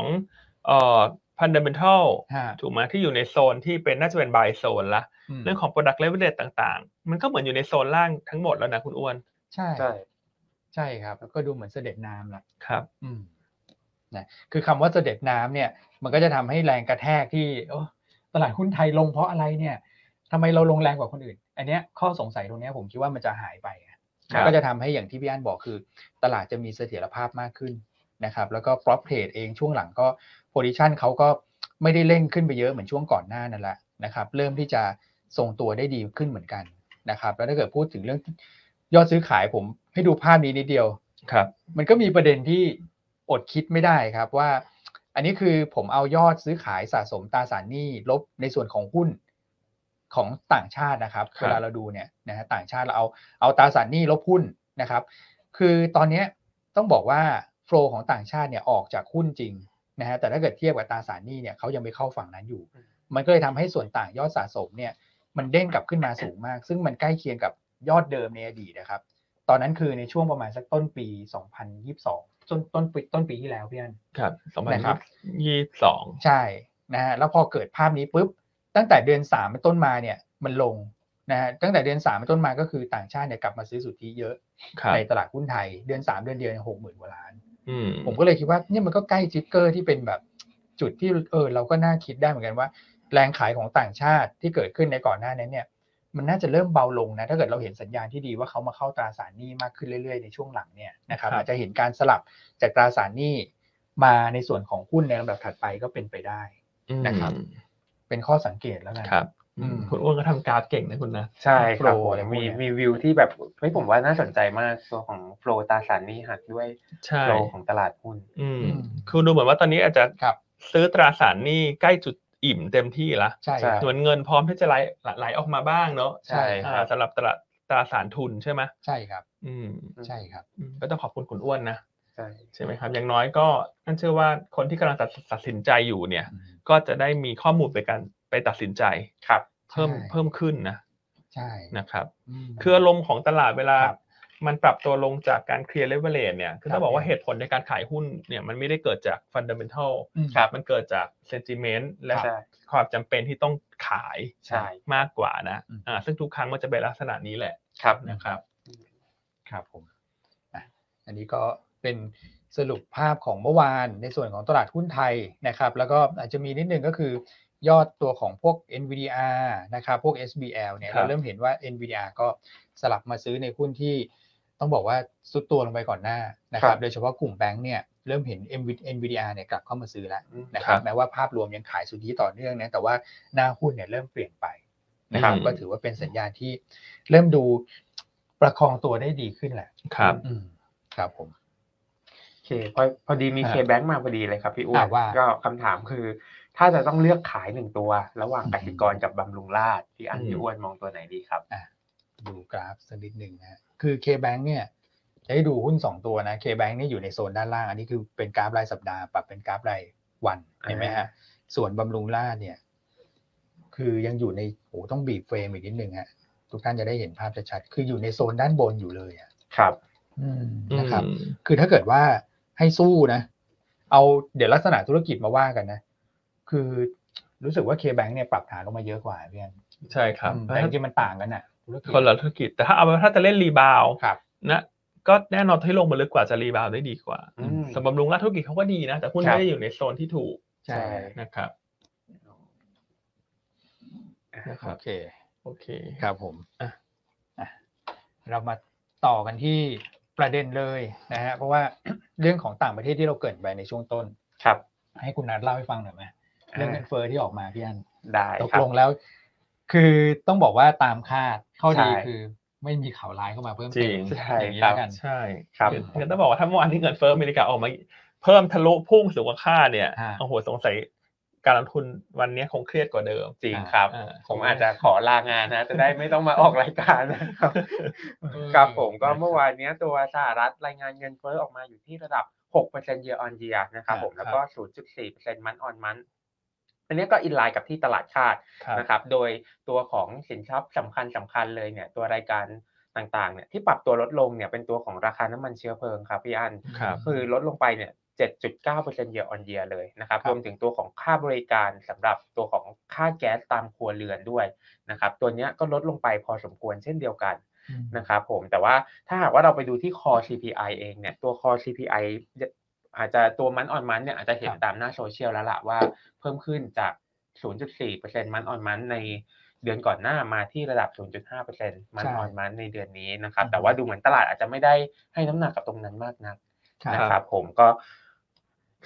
เอ่อ fundamental ฮะ ถูกไหมที่อยู่ในโซนที่เป็นน่าจะเป็น buy zone ละ ม เรื่องของ product leverage ต่างๆ มันก็เหมือนอยู่ในโซนล่างทั้งหมดแล้วนะคุณอ้วน ใช่ ใช่ ใช่ครับ แล้วก็ดูเหมือนเสด็จน้ำละ ครับ อืมนะคือคำว่าเสด็จน้ำเนี่ย มันก็จะทำให้แรงกระแทกที่โอ้ตลาดหุ้นไทยลงเพราะอะไรเนี่ยทำไมเราลงแรงกว่าคนอื่น อันเนี้ยข้อสงสัยตรงเนี้ยผมคิดว่ามันจะหายไปอะ ครับ ก็จะทำให้อย่างที่พี่อันบอกคือ ตลาดจะมีเสถียรภาพมากขึ้นนะครับ แล้วก็ prop trade เองช่วงหลังก็ position เขาก็ไม่ได้เล่นขึ้นไปเยอะเหมือนช่วงก่อนหน้านั่นแหละนะครับ เริ่มที่จะทรงตัวได้ดีขึ้นเหมือนกันนะครับ แล้วถ้าเกิดพูดถึงเรื่องยอดซื้อขายผมให้ดูภาพนี้นิดเดียว ครับ มันก็มีประเด็นที่อดคิดไม่ได้ครับว่า อันนี้คือผมเอายอดซื้อขายสะสมตราสารหนี้ลบในส่วนของหุ้น ของต่างชาตินะครับ ครับ เวลาเราดูเนี่ยนะฮะต่างชาติเราเอาเอาตราสารหนี้ลบหุ้นนะครับ คือตอนเนี้ยต้องบอกว่าโฟลของต่างชาติเนี่ยออกจากหุ้นจริงนะฮะแต่ถ้าเกิดเทียบกับตราสารหนี้เนี่ยเขายังไม่เข้าฝั่งนั้นอยู่ อืม มันก็เลยทำให้ส่วนต่างยอดสะสมเนี่ยมันเด้งกลับขึ้นมาสูงมาก ซึ่งมันใกล้เคียงกับยอดเดิมในอดีตนะครับ ตอนนั้นคือในช่วงประมาณสักต้นปี 2022ต้นต้นปีต้นปีที่แล้วพี่อัน ครับสองพัน นะครับ ยี่สิบสอง ใช่นะฮะแล้วพอเกิดภาพนี้ปุ๊บตั้งแต่เดือน3ามเป็นต้นมาเนี่ยมันลงนะฮะตั้งแต่เดือน3ามเป็นต้นมาก็คือต่างชาติเนี่ยกลับมาซื้อสุทธิเยอะ ครับ ในตลาดหุ้นไทยเดือน 3 เดือนเดียวหกหมื่นย60,000กว่าล้าน อืม ผมก็เลยคิดว่าเนี่ยมันก็ใกล้ทริกเกอร์ที่เป็นแบบจุดที่เออเราก็น่าคิดได้เหมือนกันว่า แรงขายของต่างชาติที่เกิดขึ้นในก่อนหน้านั้นเนี่ยมันน่าจะเริ่มเบาลงนะถ้าเกิดเราเห็นสัญญาณที่ดีว่าเขามาเข้าตราสารหนี้มากขึ้นเรื่อยๆในช่วงหลังเนี่ยนะครับ ครับ อาจจะเห็นการสลับจากตราสารหนี้มาในส่วนของหุ้นในลำดับถัดไปก็เป็นไปได้ นะครับ อืม เป็นข้อสังเกตแล้วกัน ครับ อืม คุณอ้วนก็ทำกราฟเก่งนะคุณนะ ใช่ครับ โฟลว์ ผม อะไรพวก มี เนี้ย มีวิวที่แบบเฮ้ยผมว่าน่าสนใจมากตัวของโฟลตราสารหนี้หักด้วย ใช่ โฟลของตลาดหุ้น อืม อืม คือดูเหมือนว่าตอนนี้อาจจะ ครับ ซื้อตราสารหนี้ใกล้จุดอิ่มเต็มที่ละ ใช่ ใช่ ครับ ส่วนเงินพร้อมที่จะไหลไหลออกมาบ้างเนาะ ใช่ ครับ อ่าสำหรับตราตราสารทุนใช่ไหม ใช่ครับ อืม ใช่ครับ อืมก็ต้องขอบคุณคุณอ้วนนะ ใช่ ใช่ไหมครับ อย่างน้อยก็นั่นเชื่อว่าคนที่กำลังตัดตัดสินใจอยู่เนี่ย ก็จะได้มีข้อมูลไปการไปตัดสินใจ ครับ เพิ่ม ใช่ เพิ่มขึ้นนะ ใช่ นะครับ ม คืออารมณ์ของตลาดเวลา ครับ มันปรับตัวลงจากการเคลียร์เลเวลเลนเนี่ยคือ ครั ต้อบ งบอกว่าเหตุผลในการขายหุ้นเนี่ยมันไม่ได้เกิดจากฟันเด m ม n ทัล อืม ครับ มันเกิดจากเซนติเมนต์และ ใช่ ความจำเป็นที่ต้องขาย ใช่ มากกว่านะ อืม อ่าซึ่งทุกครั้งมันจะเป็นลักษณะนี้แหละ ครับ นะครับ ครับผมอ่ะอันนี้ก็เป็นสรุปภาพของเมื่อวานในส่วนของตลาดหุ้นไทยนะครับ แล้วก็อาจจะมีนิดนึงก็คือยอดตัวของพวก NVDR นะครับพวก SBL เนี่ย ครับ เราเริ่มเห็นว่า NVDR ก็สลับมาซื้อในหุ้นที่ต้องบอกว่าซุดตัวลงไปก่อนหน้านะค ครั รับ บ โดยเฉพาะกลุ่มแบงก์เนี่ยเริ่มเห็น MV- NVDR เนี่ยกลับเข้ามาซื้อแล้ว อืม นะครัคบรับ แม้ว่าภาพรวมยังขายสุทธิต่อเนื่องนะแต่ว่าหน้าหุ้นเนี่ยเริ่มเปลี่ยนไปนะครับ อืม ก็ถือว่าเป็นสัญญาณที่เริ่มดูประคองตัวได้ดีขึ้นแหละ ครับ อืมครับผม โอเคพอพอดีมี อ่า เคแบงค์มาพอดีเลยครับพี่อ้ว อ่าน ว่า ก็คำถามคือ ถ้าจะต้องเลือกขายหนึ่งตัว ระหว่าง อืม กสิกรกับบำรุงราษฎร์พี่อัน อืม พี่อ้วนมองตัวไหนดีครับ ดูกราฟสักนิดหนึ่งนะฮะคือ K-Bank เนี่ยจะให้ดูหุ้น 2 ตัวนะ K-Bank เนี่ยอยู่ในโซนด้านล่าง อันนี้คือเป็นกราฟรายสัปดาห์ปรับเป็นกราฟรายวัน อ่า เห็นไหมฮะส่วนบำรุงราษฎร์เนี่ย คือยังอยู่ในโอ้โหต้องบีบเฟรมอีกนิดหนึ่งฮะทุกท่านจะได้เห็นภาพชัดๆคืออยู่ในโซนด้านบนอยู่เลยอะ ครับ อืมนะครับ อืม คือถ้าเกิดว่าให้สู้นะ เอาเดี๋ยวลักษณะธุรกิจมาว่ากันนะ คือรู้สึกว่า K-Bank เนี่ยปรับฐานลงมาเยอะกว่าพี่อัน ใช่ครับ อืมแต่จริงๆมันต่างกันน่ะธุรกิจ คนละธุรกิจแต่ถ้าเอาว่าถ้าจะเล่นรีบาวด์ ครับ นะก็แน่นอนที่ลงมาลึกกว่าจะรีบาวด์ได้ดีกว่า อืม สำหรับลงรัฐธุรกิจเขาก็ดีนะ แต่หุ้น ครับ ไม่ได้อยู่ในโซนที่ถูก ใช่ นะครับนะค โอ รับ เค โอเค ครับผม อ่ะ อ่ะเรามาต่อกันที่ประเด็นเลยนะฮะเพราะว่า เรื่องของต่างประเทศที่เราเกริดไปในช่วงต้น ครับ ให้คุณนัดเล่าให้ฟังหน่อยไหมเรื่องเงินเฟ้อที่ออกมาพี่อัน ได้ ตก ครับ ลงแล้ว คือต้องบอกว่าตามคาดข้อดี ใช่ คือไม่มีข่าวร้ายเข้ามาเพิ่ม จริ เติม ง ใช่ อย่างนี้ ครั แล้วบกัน ใช่ ครับ อคือต้องบอกว่าถ้าเมื่อวานที่เงินเฟ้ออเมริกาออกมาเพิ่มทะลุพุ่งสูงกว่าคาดเนี่ย ฮะ โอ้โหสงสัยการลงทุนวันนี้คงเครียดกว่าเดิม จริงครับ อ่า ผมอาจจะขอลางานนะ จะได้ไม่ต้องมาออกรายการ นะครับ เออ ครับผมก็ นะครับ เมื่อวานเนี้ยตัวสหรัฐรายงานเงินเฟ้อออกมาอยู่ที่ระดับ 6% year on year นะครับ ครับ ผมแล้วก็ 0.4% month on month อันเนี้ยก็อินไลน์กับที่ตลาดคาด ครับ นะครับ โดยตัวของสินทรัพย์สำคัญสำคัญเลยเนี่ยตัวรายการต่างๆเนี่ยที่ปรับตัวลดลงเนี่ยเป็นตัวของราคาน้ำมันเชื้อเพลิงครับพี่อัน ครับ คือลดลงไปเนี่ย 7.9% year on year เลยนะครับ ครับ รวมถึงตัวของค่าบริการสำหรับตัวของค่าแก๊สตามครัวเรือนด้วยนะครับ ตัวเนี้ยก็ลดลงไปพอสมควรเช่นเดียวกันนะครับผม แต่ว่าถ้าหากว่าเราไปดูที่ core CPI เองเนี่ย ตัว core CPI อาจจะตัวมันออนมันเนี่ยอาจจะเห็นตามหน้าโซเชียลแล้วล่ะว่าเพิ่มขึ้นจาก 0.4%มันออนมันในเดือนก่อนหน้ามาที่ระดับ 0.5%มันออนมันในเดือนนี้นะครับ แต่ว่าดูเหมือนตลาดอาจจะไม่ได้ให้น้ำหนักกับตรงนั้นมากนัก ครับ นะครับผมก็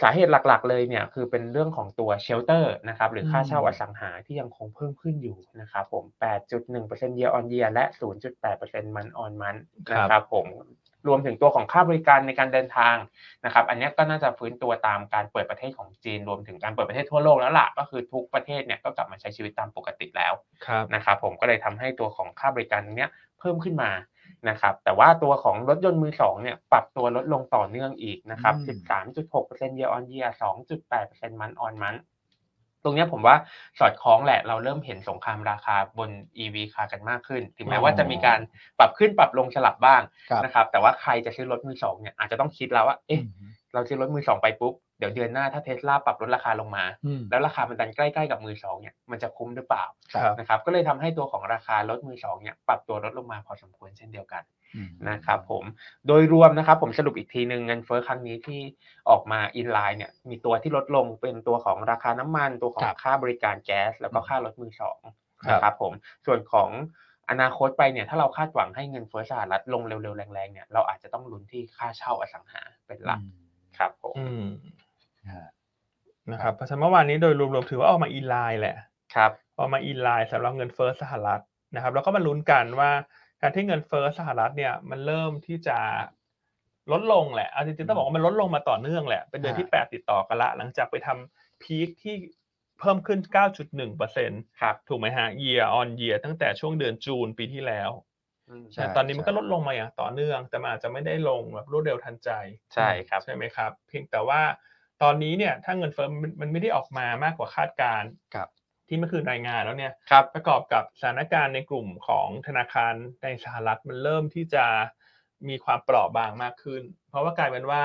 สาเหตุหลักๆ เลยเนี่ยคือเป็นเรื่องของตัวเชลเตอร์นะครับ หรือค่า อืม เช่าอสังหาที่ยังคงเพิ่มขึ้นอยู่นะครับผม 8.1% year on year และ 0.8%มัน on มัน ครับ นะครับผม รวมถึงตัวของค่าบริการในการเดินทางนะครับ อันเนี้ยก็น่าจะฟื้นตัวตามการเปิดประเทศของจีนรวมถึงการเปิดประเทศทั่วโลกแล้วล่ะก็คือทุกประเทศเนี่ยก็กลับมาใช้ชีวิตตามปกติแล้ว ครับ นะครับผมก็เลยทำให้ตัวของค่าบริการเนี้ยเพิ่มขึ้นมานะครับแต่ว่าตัวของรถยนต์มือสองเนี่ยปรับตัวลดลงต่อเนื่องอีกนะครับ อืม 13.6% year on year 2.8% month on month ตรงเนี้ยผมว่าสอดคล้องแหละเราเริ่มเห็นสงครามราคาบน EV คากันมากขึ้น ถึงแม้ว่าจะมีการปรับขึ้นปรับลงสลับบ้าง ครับ นะครับแต่ว่าใครจะซื้อรถมือสองเนี่ยอาจจะต้องคิดแล้วว่าเอ๊ะเราซื้อรถมือสองไปปุ๊บเดี๋ยวเดือนหน้าถ้าเทสลาปรับลดราคาลงมา อืม แล้วราคามันดันใกล้ๆกับมือสองเนี่ยมันจะคุ้มหรือเปล่า ครับ นะครับก็เลยทำให้ตัวของราคารถมือสองเนี่ยปรับตัวลดลงมาพอสมควรเช่นเดียวกัน อืม นะครับผมโดยรวมนะครับผมสรุปอีกทีหนึ่งเงินเฟ้อครั้งนี้ที่ออกมาอินไลน์เนี่ยมีตัวที่ลดลงเป็นตัวของราคาน้ำมัน ตัวของ ครับ ค่าบริการแก๊ส แล้วก็ค่ารถมือสองนะครับผมส่วนของอนาคตไปเนี่ยถ้าเราคาดหวังให้เงินเฟ้อสหรัฐลงเร็วๆแรงๆเนี่ยเราอาจจะต้องลุ้นที่ค่าเช่าอสังหาเป็นหลัก อืม ครับผม อืม อ่า นะครับเพราะฉะนั้นเมื่อวานนี้โดยรวมๆถือว่าออกมาอินไลน์แหละ ครับ ออกมาอินไลน์สำหรับเงินเฟ้อสหรัฐนะครับแล้วก็มาลุ้นกันว่าการที่เงินเฟ้อสหรัฐเนี่ยมันเริ่มที่จะลดลงแหละเอาจริงๆต้องบอกว่ามันลดลงมาต่อเนื่องแหละเป็นเดือนที่ อ่า 8 ติดต่อกันละ หลังจากไปทำพีคที่เพิ่มขึ้น 9.1% ครับ ถูกไหมฮะ year on year ตั้งแต่ช่วงเดือนจูนปีที่แล้ว อืม ใช่ ตอนนี้มันก็ลดลงมาอย่างต่อเนื่อง แต่มันอาจจะไม่ได้ลงแบบรวดเร็วทันใจ ใช่ครับ ใช่ไหมครับ เพียงแต่ว่าตอนนี้เนี่ยถ้าเงินเฟ้อมันมันไม่ได้ออกมามากกว่าคาดการณ์ ครับ ที่เมื่อคืนรายงานแล้วเนี่ย ครับ ประกอบกับสถานการณ์ในกลุ่มของธนาคารในสหรัฐมันเริ่มที่จะมีความเปราะบางมากขึ้น เพราะว่ากลายเป็นว่า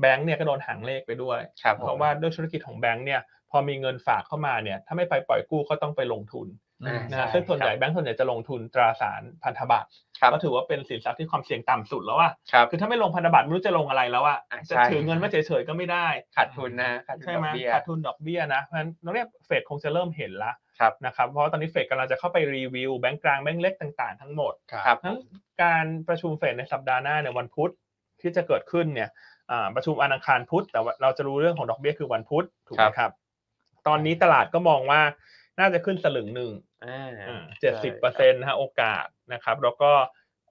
แบงก์เนี่ยก็โดนหางเลขไปด้วย ครับผม เพราะว่าด้วยธุรกิจของแบงก์เนี่ยพอมีเงินฝากเข้ามาเนี่ยถ้าไม่ไปปล่อยกู้ก็ต้องไปลงทุน อืม นะ ใช่ ฮะซึ่งส่วนใหญ่ ครับ แบงก์ส่วนใหญ่จะลงทุนตราสารพันธบัตร ครับ ก็ถือว่าเป็นสินทรัพย์ที่ความเสี่ยงต่ำสุดแล้วว่า ครับ คือถ้าไม่ลงพันธบัตรไม่รู้จะลงอะไรแล้วว่า อ่ะ จะ ใช่ ถือเงินไม่เฉยๆก็ไม่ได้ ขาดทุนนะขาดทุน ใช่ ดอ ไหม กเบี้ย ขาดทุนดอกเบี้ยนะ เพราะฉะนั้นเราเรียกเฟดคงจะเริ่มเห็นละ ครับ นะครับ เพราะว่าตอนนี้เฟดกำลังจะเข้าไปรีวิวแบงก์กลางแบงก์เล็กต่างๆทั้งหมด ครับ ครับ นั้นการประชุมเฟดในสัปดาห์หน้าในยวันพุธที่จะเกิดขึ้นเนี่ยอ่าประชุมวันอังคารพุธ แต่ว่าเราจะรู้เรื่องของดอกเบี้ยคือวันพุธถูกไหมครับ ตอนนี้ตลาดก็มองว่าน่าจะขึ้นสลึงหนึ่ง อ่า เจ็ดสิบเปอร์เซ็นต์ฮะโอกาสนะครับ แล้วก็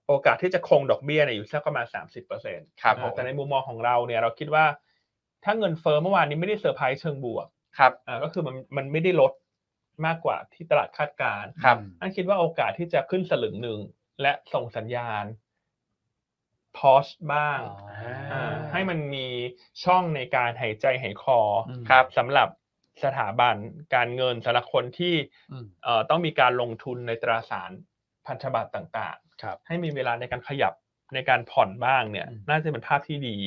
โอกาสที่จะคงดอกเบี้ยเนี่ยอยู่สักประมาณสามสิบเปอร์เซ็นต์ ครับผ นะ ม แต่ในมุมมองของเราเนี่ยเราคิดว่า ถ้าเงินเฟ้อเมื่อวานนี้ไม่ได้เซอร์ไพรส์เชิงบวก ครับ อ่าก็คือมันมันไม่ได้ลดมากกว่าที่ตลาดคาดการณ์ ครับ อันคิดว่าโอกาสที่จะขึ้นสลึงหนึ่งและส่งสัญญาณพอสบ้าง อ่า าให้มันมีช่องในการหายใจหายคออ ม ครับ สำหรับสถาบันการเงินสำหรับคนที่ อืม เอ่อต้องมีการลงทุนในตราสารพันธบัตรต่าง ครับ ๆ ให้มีเวลาในการขยับในการผ่อนบ้างเนี่ย อืม น่าจะเป็นภาพที่ดี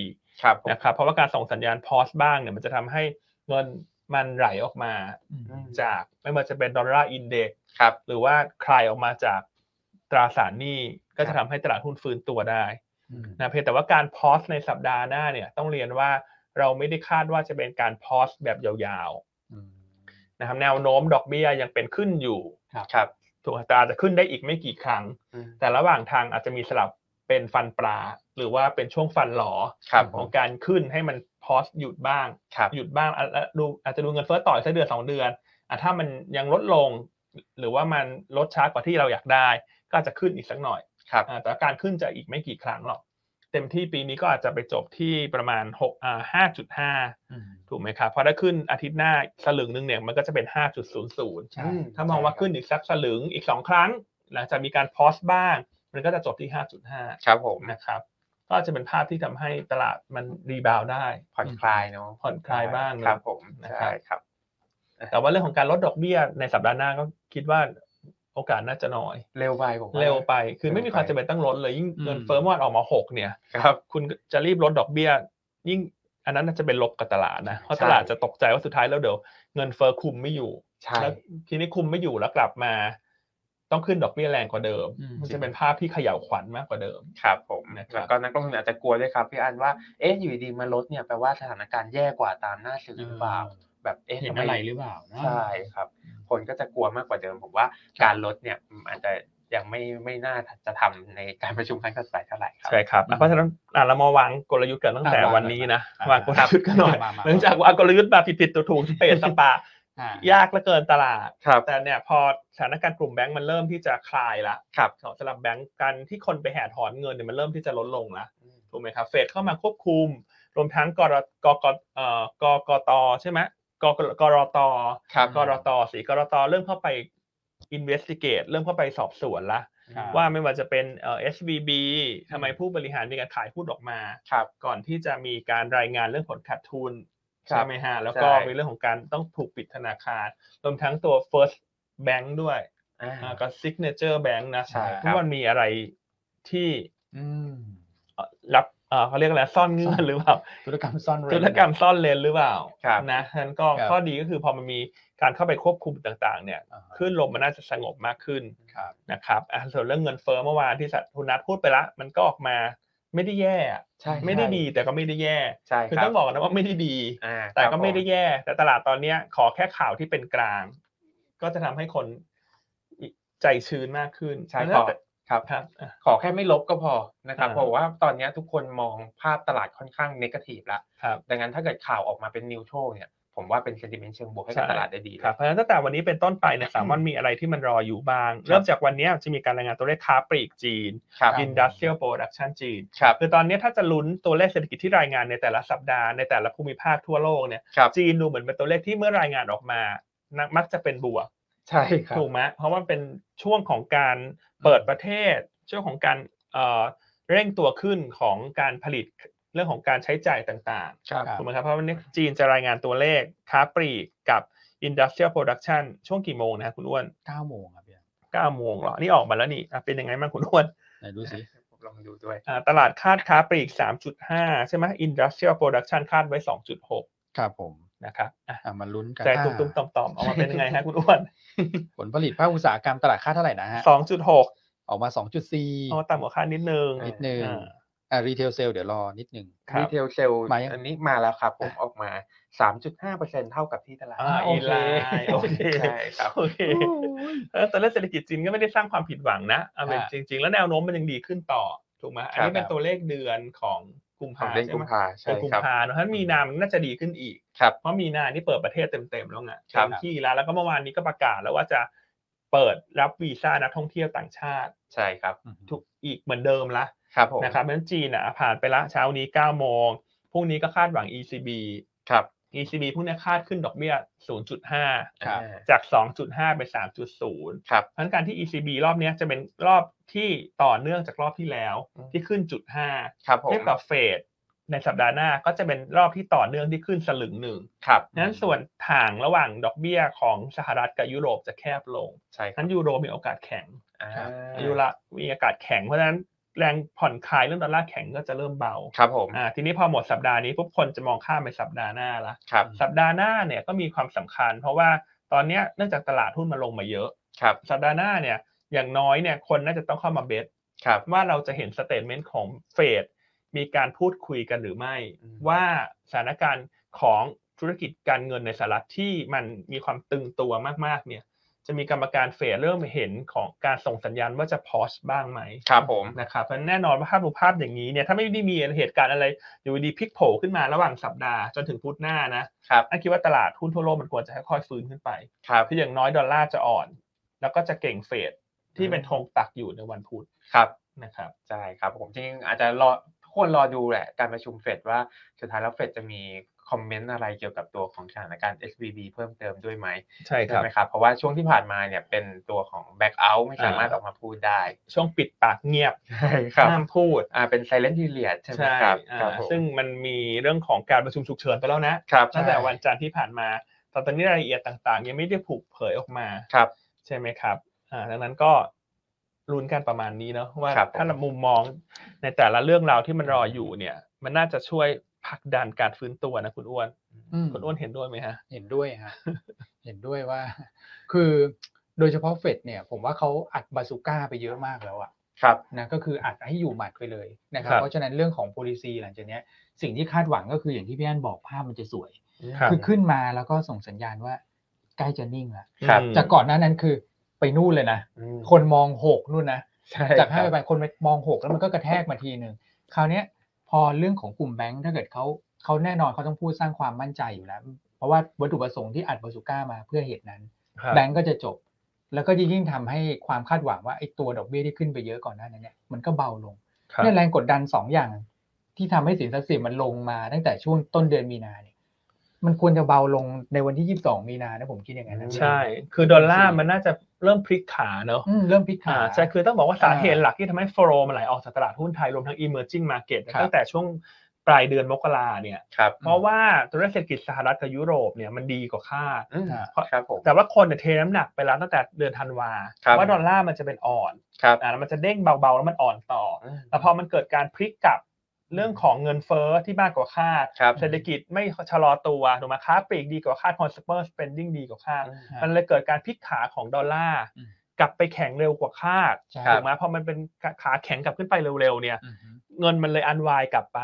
ครับผม นะครับเพราะว่าการส่งสัญญาณพอสบ้างเนี่ยมันจะทำให้เงินมันไหลออกมา อืม จากไม่ว่าจะเป็นดอลลาร์อินเด็ก ครับ หรือว่าคลายออกมาจากตราสารหนี้ก็จะ ครั ทำ บ ให้ตลาดหุ้นฟื้นตัวได้ อืม นะเพียงแต่ว่าการพอสในสัปดาห์หน้าเนี่ยต้องเรียนว่าเราไม่ได้คาดว่าจะเป็นการพอสแบบยาว อืม ๆนะครับแนวโน้มดอกเบี้ยยังเป็นขึ้นอยู่ ครับ ถูกอัตราอาจจะขึ้นได้อีกไม่กี่ครั้ง อืม แต่ระหว่างทางอาจจะมีสลับเป็นฟันปลา หรือว่าเป็นช่วงฟันหลอ ครับผ ขอ ม งการขึ้นให้มันพอสหยุดบ้าง ครับ หยุดบ้างอ่ะแล้วดูอาจจะดูเงินเฟ้อต่ออีกสักเดือนสองเดือนอ่ะถ้ามันยังลดลง หรือว่ามันลดช้ากว่าที่เราอยากได้ ก็อาจจะขึ้นอีกสักหน่อย ครับ อ่ะแต่ว่าการขึ้นจะอีกไม่กี่ครั้งหรอก เต็มที่ปีนี้ก็อาจจะไปจบที่ประมาณ6อ่า อืม 5.5 ถูกไหมครับเพราะถ้าขึ้นอาทิตย์หน้าสลึงหนึ่งเนี่ยมันก็จะเป็น 5.00 ใช่ อื ถ้ามองว่าขึ้นอีกสักสลึงอีกสองครั้ง หลังจากมีการพอสบ้าง มันก็จะจบที่ 5.5 ครับผม นะครับ ก็จะเป็นภาพที่ทำให้ตลาดมันรีบาวด์ได้ ผ่อนคลายเนาะ ผ่อนคลายบ้างเนอะ ครับผม นะครับ ใช่ครับ แต่ว่าเรื่องของการลดดอกเบี้ยในสัปดาห์หน้าก็คิดว่าโอกาสน่าจะน้อย เร็วไปผมว่า เร็วไป คือ เร็วไป ไม่มีความจำเป็นต้องลดเลยยิ่ง อืม เงินเฟ้อเมื่อวานออกมาหกเนี่ย ครับ คุณจะรีบลดดอกเบี้ย ยิ่งอันนั้นน่าจะเป็นลบกับตลาดนะเพราะ ใช่ ตลาดจะตกใจว่าสุดท้ายแล้วเดี๋ยวเงินเฟ้อคุมไม่อยู่ ใช่ แล้วทีนี้คุมไม่อยู่แล้วกลับมา ต้องขึ้นดอกเบี้ยแรงกว่าเดิม อืม มันจะเป็นภาพที่เขย่าวขวัญมากกว่าเดิม ครับผม นะครับ แล้วก็นักลงทุนอาจจะกลัวด้วยครับพี่อันว่าเอ๊ะอยู่ดีมาลดเนี่ยแปลว่าสถานการณ์แย่กว่าตามหน้าสื่อหรือเปล่า แบบเอ๊ะ เห็น ทำไม อะไรหรือเปล่านะ ใช่ครับ คนก็จะกลัวมากกว่าเดิม ผมว่าการลดเนี่ยอาจจะยังไม่ไม่น่าจะทำในการประชุมครั้งถัดไปเท่าไหร่ครับ ใช่ครับอ่ะเพราะฉะนั้นอ่ะเรามาวางกลยุทธ์กันตั้งแต่ อ่ะวาง วันนี้นะ อ่ะ วางกลยุทธ์กันหน่อย มามา หลังจากว่างกลยุทธ์มาผิดๆถูกๆสเปซสปา อ่ะ ยากเหลือเกินตลาด ครับ แต่เนี่ยพอสถานการณ์กลุ่มแบงก์มันเริ่มที่จะคลายละ ครับ สำหรับแบงก์การที่คนไปแห่ถอนเงินเนี่ยมันเริ่มที่จะลดลงละ ถูกไหมครับเฟดเข้ามาควบคุม รวมทั้งกรกกเอ่อกกตใช่ไหมกกกรต ครับ กรตสีกรตเริ่มเข้าไป investigate เริ่มเข้าไปสอบสวนละ ครับ ว่าไม่ว่าจะเป็นเอ่อ SVB ทำไมผู้บริหารมีการขายหุ้นออกมา ครับ ก่อนที่จะมีการรายงานเรื่องผลขาดทุน ครับ ใช่ไหมฮะแล้วก็ ใช่ มีเรื่องของการต้องถูกปิดธนาคารรวมทั้งตัว First Bank ด้วย อ่า อ่าก็ Signature Bank นะ ใช่ครับ ทุกวันมีอะไรที่ อืม เอ่อรับเอ่อเขาเรียกอะไรซ่อนเงื่อนหรือเปล่า ธุรกรรมซ่อนเร้น ธุรกรรมซ่อนเลนหรือเปล่า ครับ นะฉะนั้นก็ ครับ ข้อดีก็คือพอมันมีการเข้าไปควบคุมต่างๆ เนี่ย อ่าฮะ ขึ้นลมมันน่าจะสงบมากขึ้น ครับ นะครับอ่ะส่วนเรื่องเงินเฟ้อเมื่อวานที่สัตว์ทุนนัทพูดไปละ มันก็ออกมาไม่ได้แย่อะ ใช่ ไม่ได้ดีแต่ก็ไม่ได้แย่ ใช่ คือ รับ ต้องบอกกอนนะว่าไม่ได้ดี อ่า แต่ ครับ ก็ไม่ได้ ผ แย่ แต่ตลาดตอนเนี้ยขอแค่ข่าวที่เป็นกลาง ก็จะทำให้คนใจชื้นมากขึ้น ใช่ครับ ครับ ครับอ่ะ ขอแค่ไม่ลบก็พอนะครับ อ่า เพราะว่าตอนเนี้ยทุกคนมองภาพตลาดค่อนข้างเนกาทีฟละ ครับ ดังนั้นถ้าเกิดข่าวออกมาเป็นนิวโชวเนี่ยผมว่าเป็น sentiment เชิงบวกให้กับ ใช่ ตลาดได้ดีเลย ครับเพราะฉะนั้นตั้งแต่วันนี้เป็นต้นไปเนยถามว่ามีอะไรที่มันรออยู่บ้าง ครับ เริ่มจากวันนี้จะมีการรายงานตัวเลขค้าปลีกจีน ครับ Industrial Production จีน ครับ คือตอนนี้ถ้าจะลุ้นตัวเลขเศรษฐกิจที่รายงานในแต่ละสัปดาห์ในแต่ละภูมิภาคทั่วโลกเนี่ย ครับ จีนดูเหมือนเป็นตัวเลขที่เมื่อรายงานออกมานักมักจะเป็นบวก ใช่ครับ ถูกไหมเพราะว่าเป็นช่วงของการเปิดประเทศ ช่วงของการเอ่อเร่งตัวขึ้นของการผลิตเรื่องของการใช้จ่ายต่างๆ ครับ ครับ ถูกไหมครับเพราะวันนี้จีนจะรายงานตัวเลขค้าปลีกกับ Industrial Production ช่วงกี่โมงนะครับคุณอ้วน เก้าโมงครับพี่ 9โมงเหรอ นี่ออกมาแล้วนี่อ่ะเป็นยังไงบ้างคุณอ้วน ไหนดูสิ ผมลองดูด้วย อ่าตลาดคาดค้าปลีก 3.5 ใช่ไหม Industrial Production คาดไว้ 2.6 ครับผม นะครับอ่ะ อ่ะมาลุ้นกัน ใจตุ้มตุ้มๆต่อมๆออกมาเป็นยังไงฮะคุณอ้วน ผลผลิตภาคอุตสาหกรรมตลาดค่าดเท่าไหร่นะฮะ 2.6 ออกมา 2.4 อ๋อต่ำกว่าคาดนิดนึง นิดนึง อ่า อ่ารีเทลเซลเดี๋ยวรอนิดนึง ครับ ดีเทลเซล มายัง อันนี้มาแล้วครับผมออกมา 3.5%เท่ากับที่ตลาด อ่า โอเค ไลน์โอเค ใช่ครับ โอเคเออตัวเลขเศรษฐกิจจีนก็ไม่ได้สร้างความผิดหวังนะเอาเป็น อ่า จริง ๆ แล้วแนวโน้มมันยังดีขึ้นต่อถูกไหมอันนี้เป็นตัวเลขเดือนของกุม ขอ ภาง เดือน ใช่ กุ ไหมมภา เดื ใช่ อนกุม ครับ ภาเนอะถ้ามีนามันน่าจะดีขึ้นอีก ครับ เพราะมีนานี่เปิดประเทศเต็มๆแล้วไง ครั เต็ บ มที่แล้ว แล้วก็เมื่อวานนี้ก็ประกาศแล้วว่าจะเปิดรับวีซ่านักท่องเที่ยวต่างชาติ ใช่ครับ ทุกอีกเหมือนเดิมละ ครับผม นะครับเพราะฉะนั้นจีนอ่ะผ่านไปละเช้านี้9โมงพรุ่งนี้ก็คาดหวัง ECB ครับ ECB พรุ่งนี้คาดขึ้นดอกเบี้ย 0.5 ครับ จาก 2.5 เป็น 3.0 ครับ เพราะฉะนั้นการที่ ECB รอบเนี้ยจะเป็นรอบที่ต่อเนื่องจากรอบที่แล้ว อืม ที่ขึ้นจุดห้า ครับผม เทียบกับเฟดในสัปดาห์หน้าก็จะเป็นรอบที่ต่อเนื่องที่ขึ้นสลึงหนึ่ง ครับ นั้นส่วนห่างระหว่างดอกเบี้ยของสหรัฐกับยุโรปจะแคบลง ใช่ครับ นั้นยูโรมีโอกาสแข็ง อ่า ยูโรมีโอกาสแข็ง เพราะฉะนั้นแรงผ่อนคลายเรื่องดอลลาร์แข็งก็จะเริ่มเบา ครับผม อ่าทีนี้พอหมดสัปดาห์นี้ปุ๊บคนจะมองข้ามไปสัปดาห์หน้าละ ครับ สัปดาห์หน้าเนี่ยก็มีความสำคัญ เพราะว่าตอนเนี้ยเนื่องจากตลาดหุ้นมาลงมาเยอะ ครับ สัปดาห์หน้าเนี่ยอย่างน้อยเนี่ยคนน่าจะต้องเข้ามาเบส ครับ ว่าเราจะเห็นสเตทเมนต์ของเฟดมีการพูดคุยกันหรือไม่ อืม ว่าสถานการณ์ของธุรกิจการเงินในสหรัฐที่มันมีความตึงตัวมากๆเนี่ยจะมีกรรมการเฟดเริ่มเห็นของการส่งสัญญาณว่าจะพอสบ้างไหม ครับผม นะครับเพราะแน่นอนว่าภาพดูภาพอย่างนี้เนี่ยถ้าไม่ได้มีเหตุการณ์อะไรอยู่ดีๆพลิกโผล่ขึ้นมาระหว่างสัปดาห์จนถึงพุธหน้านะครับ อันคิดว่าตลาดหุ้นทั่วโลกมันควรจะค่อยๆฟื้นขึ้นไป ครับ คืออย่างน้อยดอลลาร์จะอ่อน แล้วก็จะเก่งเฟดที่ อืม เป็นธงตักอยู่ในวันพุธ ครับ นะครับ ใช่ครับผมจริงๆอาจจะรอทุกคนรอดูแหละการประชุมเฟดว่าสุดท้ายแล้วเฟดจะมีคอมเมนต์อะไรเกี่ยวกับตัวของสถานการณ์ SVB เพิ่มเติมด้วยไหม ใช่ค ใช่ รับ ไหมครับ เพราะว่าช่วงที่ผ่านมาเนี่ยเป็นตัวของ back out ไม่สามารถ อ่า ออกมาพูดได้ ช่วงปิดปากเงียบ ใช่ครับ ห้ามพูด อ่าเป็น silent period ใช่ไหมครับ อ่า ครับผม ซึ่งมันมีเรื่องของการประชุมฉุกเฉินไปแล้วนะครับ ตั้งแต่วันจันทร์ที่ผ่านมาแต่ตอนนี้รายละเอียดต่าง ๆ ยังไม่ได้ผูกเผยออกมา ครับ ใช่ไหมครับอ่าดังนั้นก็ลุ้นกันประมาณนี้เนอะว่า ครับผม ถ้ามุมมองในแต่ละเรื่องราวที่มันรออยู่เนี่ย มันน่าจะช่วยผลักดันการฟื้นตัวนะคุณอ้วน อืม คุณอ้วนเห็นด้วยไหมฮะ เห็นด้วย ฮะ เห็นด้วยว่า คือโดยเฉพาะเฟดเนี่ย ผมว่าเขาอัดบาซูก้าไปเยอะมากแล้วอะ ครับ นะก็คืออัดให้อยู่หมัดไปเลยนะครับ ครับ เพราะฉะนั้นเรื่องของ policy หลังจากเนี้ยสิ่งที่คาดหวังก็คืออย่างที่พี่อันบอกภาพมันจะสวย ครับ คือขึ้นมาแล้วก็ส่งสัญญาณว่าใกล้จะนิ่งละ ครับ ม จากก่อนหน้านั้นคือไปนู่นเลยนะ อืม คนมองหกนู่นนะ ใช่ จากห้า ค ไป รับ แปดคนไปมองหกแล้วมันก็กระแทกมาทีหนึ่งคราวเนี้ยพอเรื่องของกลุ่มแบงค์ถ้าเกิดเขาเขาแน่นอนเขาต้องพูดสร้างความมั่นใจอยู่แล้ว เพราะว่าวัตถุประสงค์ที่อัดบาซูก้ามาเพื่อเหตุนั้น ครับ แบงค์ก็จะจบ แล้วก็จะยิ่งทำให้ความคาดหวังว่าไอ้ตัวดอกเบี้ยที่ขึ้นไปเยอะก่อนหน้านั้นเนี่ยมันก็เบาลง ครับ เนี่ยแรงกดดันสองอย่าง ที่ทำให้สินทรัพย์เสี่ยงมันลงมาตั้งแต่ช่วงต้นเดือนมีนาเนี่ย มันควรจะเบาลงในวันที่ 22 มีนานะผมคิดอย่างนั้นนะ ใช่ คือดอลลาร์มันน่าจะเริ่มพลิกขาเนอะ อืมเริ่มพลิกขา อ่าใช่คือต้องบอกว่าสาเหตุ อ่า หลักที่ทำให้ฟลอมันไหลออกจากตลาดหุ้นไทยรวมทั้ง emerging market เนี่ย ครับ ตั้งแต่ช่วงปลายเดือนมกราเนี่ย ครับ เพราะว่าตัวเลขเศรษฐกิจสหรัฐกับยุโรปเนี่ยมันดีกว่าคาด อืม อ่า ครับผม แต่ว่าคนเนี่ยเทน้ำหนักไปแล้วตั้งแต่เดือนธันวา ครับ ว่าดอลลาร์มันจะเป็นอ่อน ครับ อ่าแล้วมันจะเด้งเบาๆแล้วมันอ่อนต่อ อืม แต่พอมันเกิดการพลิกกลับเรื่องของเงินเฟ้อที่มากกว่าคาด ครับ เศรษฐกิจไม่ชะลอตัวถูกไหมค้าปลีกดีกว่าคาด consumer spending ดีกว่าคาด อืม มันเลยเกิดการพลิกขาของดอลลาร์ อืม กลับไปแข็งเร็วกว่าคาด ใช่ ถูกไหมพอมันเป็นขาแข็งกลับขึ้นไปเร็วๆเนี่ย อือฮึ เงินมันเลยอันวายกลับไป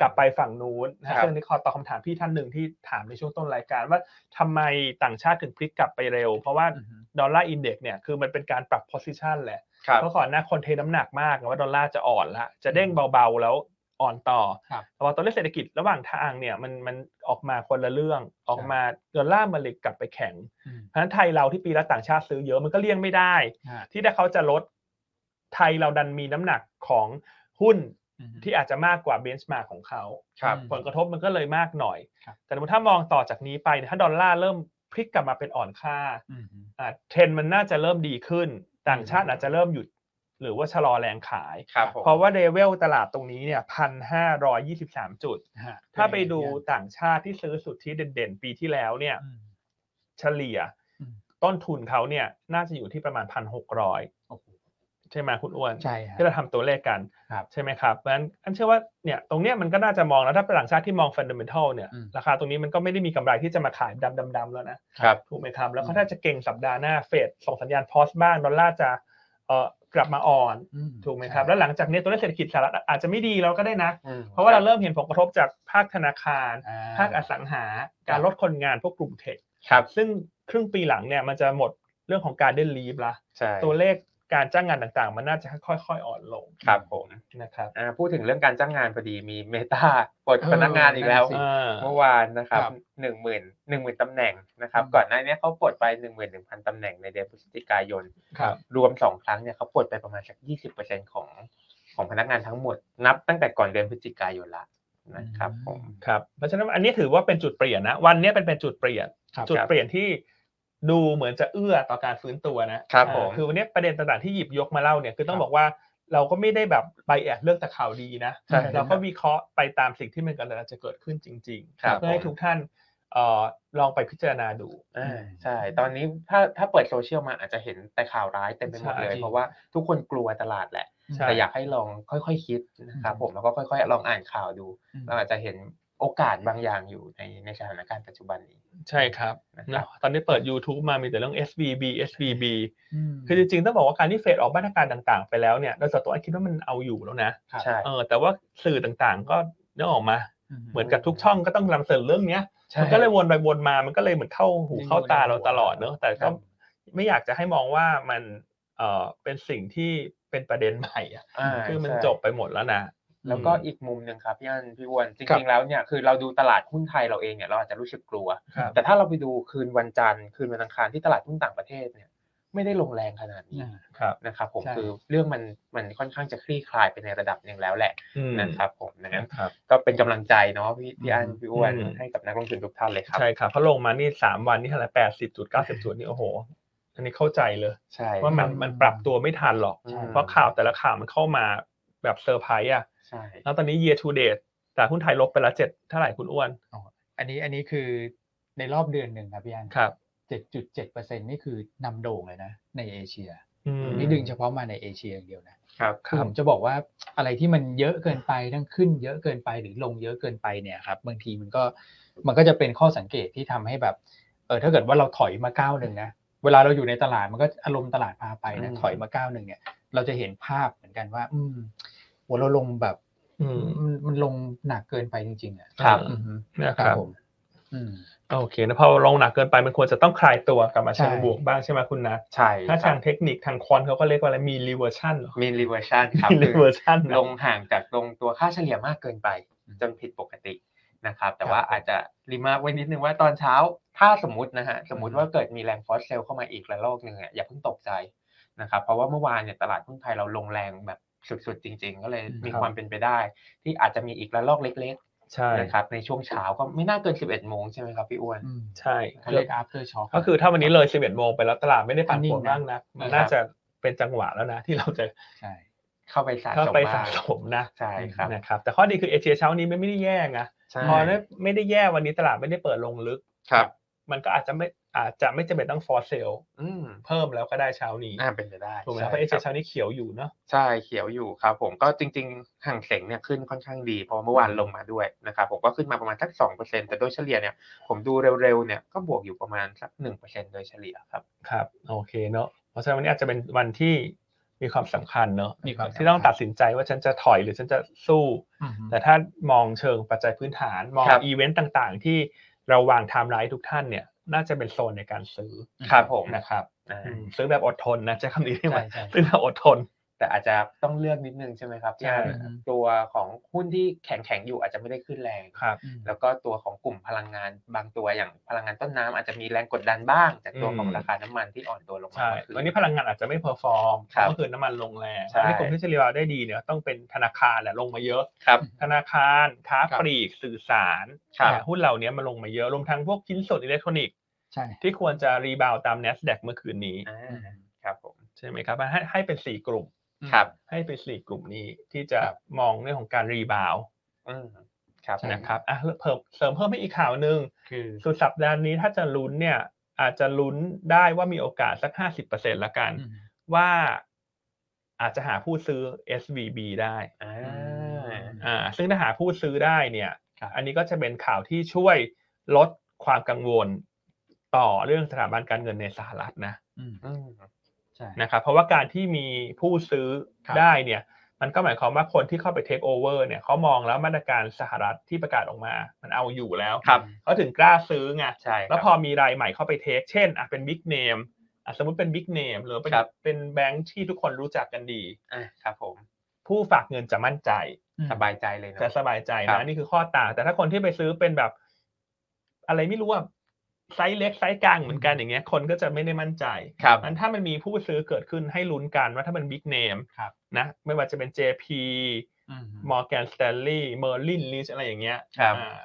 กลับไปฝั่งนู้นนะ ครั ฮะ บ ซึ่งนี่ขอตอบคำถามพี่ท่านหนึ่งที่ถามในช่วงต้นรายการว่าทำไมต่างชาติถึงพลิกกลับไปเร็ว เพราะว่า อือฮึ ดอลลาร์อินเด็กซ์เนี่ยคือมันเป็นการปรับ position แหละ ครับ เพราะก่อนหน้าคนเทน้ำหนักมากนะว่าดอลลาร์จะอ่อนละจะเด้งเบาๆแล้วอ่อนต่อ ครับ แต่ว่าตัวเลขเศรษฐกิจระหว่างทางเนี่ยมันมันออกมาคนละเรื่องออกมาดอลลาร์มันเลยกลับไปแข็ง อืม เพราะฉะนั้นไทยเราที่ปีละต่างชาติซื้อเยอะมันก็เลี่ยงไม่ได้ ฮะ ที่ถ้าเขาจะลดไทยเราดันมีน้ำหนักของหุ้น อือฮึ ที่อาจจะมากกว่าเบนช์มาของเขา ครับ ผลกระทบมันก็เลยมากหน่อย ครับ แต่สมมุติถ้ามองต่อจากนี้ไปเนี่ยถ้าดอลลาร์เริ่มพลิกกลับมาเป็นอ่อนค่า อือฮึ อ่าเทรนด์มันน่าจะเริ่มดีขึ้น ต่างชาติอาจจะเริ่มหยุด หรือว่าชะลอแรงขาย ครับผม เพราะว่าเดเวลตลาดตรงนี้เนี่ยพันห้าร้อยี่สิบสามจุด ฮะ ถ้าไปดูต่างชาติที่ซื้อสุทธิเด่นๆ ปีที่แล้วเนี่ย อืม เฉลี่ย อืม ต้นทุนเขาเนี่ยน่าจะอยู่ที่ประมาณพันหกร้อย โอ้โห ใช่ไหมคุณอ้วน ใช่ฮะ ที่เราทำตัวเลขกัน ครับ ใช่ไหมครับเพราะฉะนั้นอันเชื่อว่าเนี่ยตรงเนี้ยมันก็น่าจะมองแล้วถ้าเป็นต่างชาติที่มองฟันเดเมนทัลเนี่ย อืม ราคาตรงนี้มันก็ไม่ได้มีกำไรที่จะมาขายดำดำๆแล้วนะ ครับ ถูกไหมครับ แล้ว อื ก็ ม ถ้าจะเก่งสัปดาห์หน้าเฟดส่งสัญญาณพอสบ้างดอลลาร์จะเอ่อกลับมาอ่อน อื ถูกไหมครับ แล้วหลังจากนี้ตัวเลขเศรษฐกิจสหรัฐอาจจะไม่ดีเราก็ได้นะ อืม เพราะว่าเราเริ่มเห็นผลกระทบจากภาคธนาคาร อ่ ภาคอสังหา การลดคนงานพวกกลุ่มเทค ครับ ซึ่งครึ่งปีหลังเนี่ยมันจะหมดเรื่องของการเดินลีฟละ ใช่ ตัวเลขการจ้างงานต่างๆ มันน่าจะค่อยๆอ่อนลง ครับผม นะครับ อ่าพูดถึงเรื่องการจ้างงานพอดีมีเมตาปลด เออ พนักงานอีกแล้ว นั่นสิ อ่า เมื่อวานนะครับ ครับ หนึ่งหมื่นหนึ่งหมื่นตำแหน่งนะครับ อืม ก่อนหน้านี้เขาปลดไปหนึ่งหมื่นหนึ่งพันตำแหน่งในเดือนพฤศจิกายน ครับ รวมสองครั้งเนี่ยเขาปลดไปประมาณสักยี่สิบเปอร์เซ็นของของพนักงานทั้งหมด นับตั้งแต่ก่อนเดือนพฤศจิกายนละนะครับผม ครับเพราะฉะนั้นอันนี้ถือว่าเป็นจุดเปลี่ยนนะวันนี้เป็นเป็นจุดเปลี่ยน ครับ จุด ครับ เปลี่ยนที่ดูเหมือนจะเอื้อต่อการฟื้นตัวนะครับ อ่า ผม คือวันนี้ประเด็นต่างๆที่หยิบยกมาเล่าเนี่ยคือต้อ ค ง รับ บอกว่าเราก็ไม่ได้แบบไปแอบเลือกแต่ข่าวดีนะ ใช่ เราก็ ครับ วิเคราะห์ไปตามสิ่งที่มันกำลังจะเกิดขึ้นจริง ครับ ๆเพื่อให้ทุกท่านเอ่อลองไปพิจารณาดู อ่าใช่ ตอนนี้ถ้าถ้าเปิดโซเชียลมาอาจจะเห็นแต่ข่าวร้ายเต็มไปหมดเลย ใช่ เพราะว่าทุกคนกลัวตลาดแหละ ใช่ แต่อยากให้ลองค่อยๆคิดนะครับ อืม ผมแล้วก็ค่อยๆ ลองอ่านข่าวดู อืม เราอาจจะเห็นโอกาสบางอย่างอยู่ในในสถานการณ์ปัจจุบันนี้ ใช่ครับ นะครั นะ บ ตอนนี้เปิด YouTube มามีแต่เรื่อง SVB SVB ม คือจริงๆต้องบอกว่าการที่เฟดออกมาตรการต่างๆ ไปแล้วเนี่ยโดยส่วนตัวอันคิดว่ามันเอาอยู่แล้วนะ ครับ ใช่ เออแต่ว่าสื่อต่างๆ ก็เนื้อออกมา เหมือนกับทุกช่องก็ต้องนำเสนอเรื่องเนี้ย ใช่ มันก็เลยวนไปวนมา มันก็เลยเหมือนเข้าหู ดึง เข้าตา ดูเราในหัว ตลอดเนอะแต่ ครั ก็ บ ไม่อยากจะให้มองว่ามันเออเป็นสิ่งที่เป็นประเด็นใหม่อะ อ่า คือมัน ใช่ จบไปหมดแล้วนะ แล้วก็อีกมุมหนึ่งครับพี่อันพี่อ้วนจ ครั ริง บ ๆแล้วเนี่ยคือเราดูตลาดหุ้นไทยเราเองเนี่ยเราอาจจะรู้สึกกลัว ครับ แต่ถ้าเราไปดูคืนวันจันทร์คืนวันอังคารที่ตลาดหุ้นต่างประเทศเนี่ยไม่ได้ลงแรงขนาดนี้ อ่า ครับ นะครับผม ใช่ คือเรื่องมันมันค่อนข้างจะคลี่คลายไปในระดับหนึ่งแล้วแหละ อืม นะครับผมนะงั้น ครับ ก็เป็นกำลังใจเนาะพี่พี่อันพี่อ้วน อืม ให้กับนักลงทุนทุกท่านเลยครับ ใช่ครับเพราะลงมานี่สามวันนี่เท่าไหร่แปดสิบจุดเก้าสิบจุดนี่โอ้โห อันนี้เข้าใจเลย ใช่ ว่ามัน ค อื รับ ม มันปรับตัวไม่ทันหรอก อืม เพราะข่าวแต่ละข่าวมันเข้ามาแบบเซอร์ไพรส์อะ ใช่ แล้วตอนนี้ year to date แต่หุ้นไทยลบไปละเจ็ดเท่าไหร่คุณอ้วน อันนี้อันนี้คือในรอบเดือนหนึ่งครับพี่อัน ครับ เจ็ดจุดเจ็ดเปอร์เซ็นนี่คือนำโด่งเลยนะ ในเอเชีย อืม นี่ดึงเฉพาะมาในเอเชียอย่างเดียวนะครับ คือผมจะบอกว่าอะไรที่มันเยอะเกินไปทั้งขึ้นเยอะเกินไปหรือลงเยอะเกินไปเนี่ยครับบางทีมันก็มันก็จะเป็นข้อสังเกตที่ทำให้แบบเออถ้าเกิดว่าเราถอยมาก้าวหนึ่งนะเวลาเราอยู่ในตลาดมันก็อารมณ์ตลาดพาไปนะ อืม ถอยมาก้าวหนึ่งเนี่ย เราจะเห็นภาพเหมือนกันว่า อืมโหเราลงแบบ อืม มันมันลงหนักเกินไปจริงๆอ่ะ ครับ อือฮึ นะ ค ค รั รั บบ ผมอืม โอเคนะพอลงหนักเกินไปมันควรจะต้องคลายตัวกลับมาเชิง ใช่ บวกบ้างใช่ไหมคุณนะ ใช่ ถ้าทางเทคนิคทางควอนต์เขาก็เรียกว่าอะไรมี reversion เหรอ มีรีเวอร์ชันครับ มี reversion ลงห่างจากตรงตัวค่าเฉลี่ยมากเกินไปจนผิดปกตินะครับ แต่ว่าอาจจะรีมาร์กไว้นิดนึงว่าตอนเช้าถ้าสมมตินะฮะสมมติว่าเกิดมีแรงฟอสเซลเข้ามาอีกระลอกหนึ่งอ่ะอย่าเพิ่งตกใจนะครับเพราะว่าเมื่อวานเนี่ยตลาดหุ้นไทยเราลงแรงแบบ สุดๆจริง ๆ ก็เลยมี ครับ ความเป็นไปได้ ที่อาจจะมีอีกระลอกเล็ก ใช่ ๆนะครับในช่วงเช้าก็ไม่น่าเกิน 11โมงใช่ไหมครับพี่อ้วน อืม ใช่ เขาเรียก after shock ก็คือถ้าวันนี้เลย 11 โมงไปแล้วตลาดไม่ได้ปั่นผลมากนะมันน่า ครับ จะเป็นจังหวะแล้วนะ ที่เราจะ ใช่ เข้าไปสะ เข้า สม ไป บ้ สะ ง สมนะ ใช่ครับ นะครับแต่ข้อดีคือเอเชียเช้านี้ไม่ได้แย่นะ ใช่ พอไม่ได้แย่วันนี้ตลาดไม่ได้เปิดลงลึก ครับ มันก็อาจจะไม่อาจจะไม่จำเป็นต้องฟอร์เซล อืม เพิ่มแล้วก็ได้เช้านี้ น่าเป็นไปได้ ถูกไหมค ใช่ รับเพราะเอเชี ครั ย บ เช้านี้เขียวอยู่เนาะ ใช่เขียวอยู่ครับผมก็จริงๆห่างเสงเนี่ยขึ้นค่อนข้างดีเพราะเมื่อวานลงมาด้วยนะครับผมก็ขึ้นมาประมาณสักสองเปอร์เซ็นแต่โดยเฉลี่ยเนี่ยผมดูเร็วๆเนี่ยก็บวกอยู่ประมาณสักหนึ่งเปอร์เซ็นโดยเฉลี่ยครับ ครับโอเคเนอะเพราะฉะนั้นวันนี้อาจจะเป็นวันที่มีความสำคัญเนอะ มีความ ที่ต้องตัดสินใจว่าฉันจะถอยหรือฉันจะสู้ อืม แต่ถ้ามองเชิงปัจจัยพื้นฐานมอง ครับ อีเวนต์ต่างๆ ที่เราวางไทม์ไลน์ทุกท่านเนี่ยน่าจะเป็นโซนในการซื้อ ครับผม นะครับ อ่า อืมซื้อแบบอดทนนะใช้คำนี้ได้ไหม ใช่ใช่ ซื้อแบบอดทน แต่อาจจะต้องเลือกนิดนึงใช่ไหมครับที่ ใช่ อืม ตัวของหุ้นที่แข็งๆอยู่อาจจะไม่ได้ขึ้นแรง ครับ อืม แล้วก็ตัวของกลุ่มพลังงานบางตัวอย่างพลังงานต้นน้ำอาจจะมีแรงกดดันบ้าง จากตัวของ อืม ราคาน้ำมันที่อ่อนตัวลงมา ใช่ เมื่อคื วันนี้พลังงานอาจจะไม่เพอร์ฟอร์มเพ ครับ ราะเมื่อคืนน้ำมันลงแรง ใช่ วันนี้กลุ่มที่จะรีบาวด์ได้ดีเนี่ยต้องเป็นธนาคารแหละลงมาเยอะ ครับ ธนาคารค้า ครับ ปลีกสื่อสาร ครับ เนี่ยหุ้นเหล่านี้มาลงมาเยอะรวมทั้งพวกชิ้นส่วนอิเล็กทรอนิกส์ ใช่ ที่ควรจะรีบาวด์ตาม N อสแดกเมื่อคืนนี้ อ่าครับผม ใช่ไหมครับให้ให้เป็นสี่กลุ่ม ครับ ให้เป็นสี่กลุ่มนี้ที่จะมองเรื่องของการรีบาวด์ อืมครับผม นะครับอ่ะเพิ่มเสริมเพิ่มให้อีกข่าวหนึ่ง คือ สุดสัปดาห์นี้ถ้าจะลุ้นเนี่ยอาจจะลุ้นได้ว่ามีโอกาสสัก 50%ละกัน อืม ว่าอาจจะหาผู้ซื้อ SVB ได้ อ่า อ่าซึ่งถ้าหาผู้ซื้อได้เนี่ย ครับ อันนี้ก็จะเป็นข่าวที่ช่วยลดความกังวลต่อเรื่องสถาบันการเงินในสหรัฐนะ อืม อืม ใช่ นะครับเพราะว่าการที่มีผู้ซื้อ ครับ ได้เนี่ยมันก็หมายความว่าคนที่เข้าไปเทคโอเวอร์เนี่ยเขามองแล้วมาตรการสหรัฐที่ประกาศออกมา มันเอาอยู่แล้ว ครับ เขาถึงกล้าซื้อไง ใช่ครับ แล้วพอมีรายใหม่เข้าไปเทค เช่นอ่ะเป็นบิ๊กเนมอ่ะสมมติเป็นบิ๊กเนมหรือเป็น ครับ เป็นแบงค์ที่ทุกคนรู้จักกันดี อ่ะครับผม ผู้ฝากเงินจะมั่นใจ สบายใจเลยเนอะ จะสบายใจ ครั นะ บ อันนี่คือข้อต่างแต่ถ้าคนที่ไปซื้อเป็นแบบ อะไรไม่รู้ว่าไซส์เล็กไซส์กลางเหมือนกันอย่างเงี้ยคนก็จะไม่ได้มั่นใจ ครับ นั้นถ้ามันมีผู้ซื้อเกิดขึ้นให้ลุ้นกันว่าถ้ามันบิ๊กเนม ครับ นะไม่ว่าจะเป็น JP อืม Morgan Stanley Merlin Lynch อะไรอย่างเงี้ย ครับ อ่า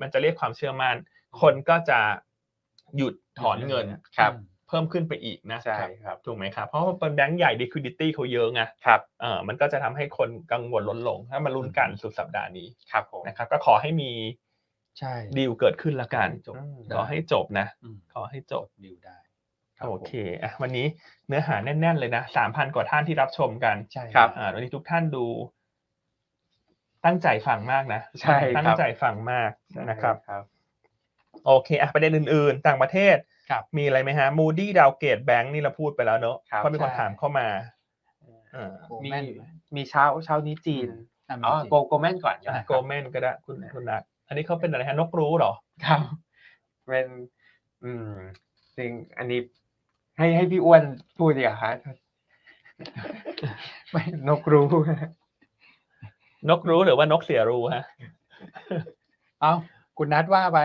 มันจะเรียกความเชื่อมั่น คนก็จะหยุดถอนเงิน ครับ เพิ่มขึ้นไปอีกนะ ใช่ครับ ถูกไหมครับ เพราะว่าเป็นแบงก์ใหญ่ liquidity เขาเยอะไง ครับ เออมันก็จะทำให้คนกังวลลดลง ถ้ามาลุ้นกันสุดสัปดาห์นี้ ครับผม นะครับ ก็ขอให้มี ใช่ ดีลเกิดขึ้นละกัน จบ ขอให้จบนะ อืม ขอให้จบ ดิวได้ โอเคอ่ะวันนี้เนื้อหาแน่น ๆ เลยนะสามพันกว่าท่านที่รับชมกัน ใช่ ครับ อ่าวันนี้ทุกท่านดู ตั้งใจฟังมากนะ ใช่ครับ ตั้งใจฟังมากนะครับ ครับ โอเคอ่ะประเด็นอื่น ๆ ต่างประเทศ ครับ มีอะไรไหมฮะ Moody d o w g r a d e Bank นี่เราพูดไปแล้วเนอะ ครับ เพราะมีคนถามเข้ามาอ่า โกล มี แมนไหม มีเช้าเช้านี้จีน อ่ะมี อ๋อ จีน โกโกแมนก่อน โกลแมนก็ได้คุณคุณนัทอันนี้เขาเป็นอะไรฮะนกรู้เหรอ ครับเป็นอืมจริงอันนี้ ให้ให้พี่อ้วนพูดดีกว่าครับไม่นกรู้ นกรู้หรือว่านกเสียรู้ฮะ เอาคุณนัดว่าไป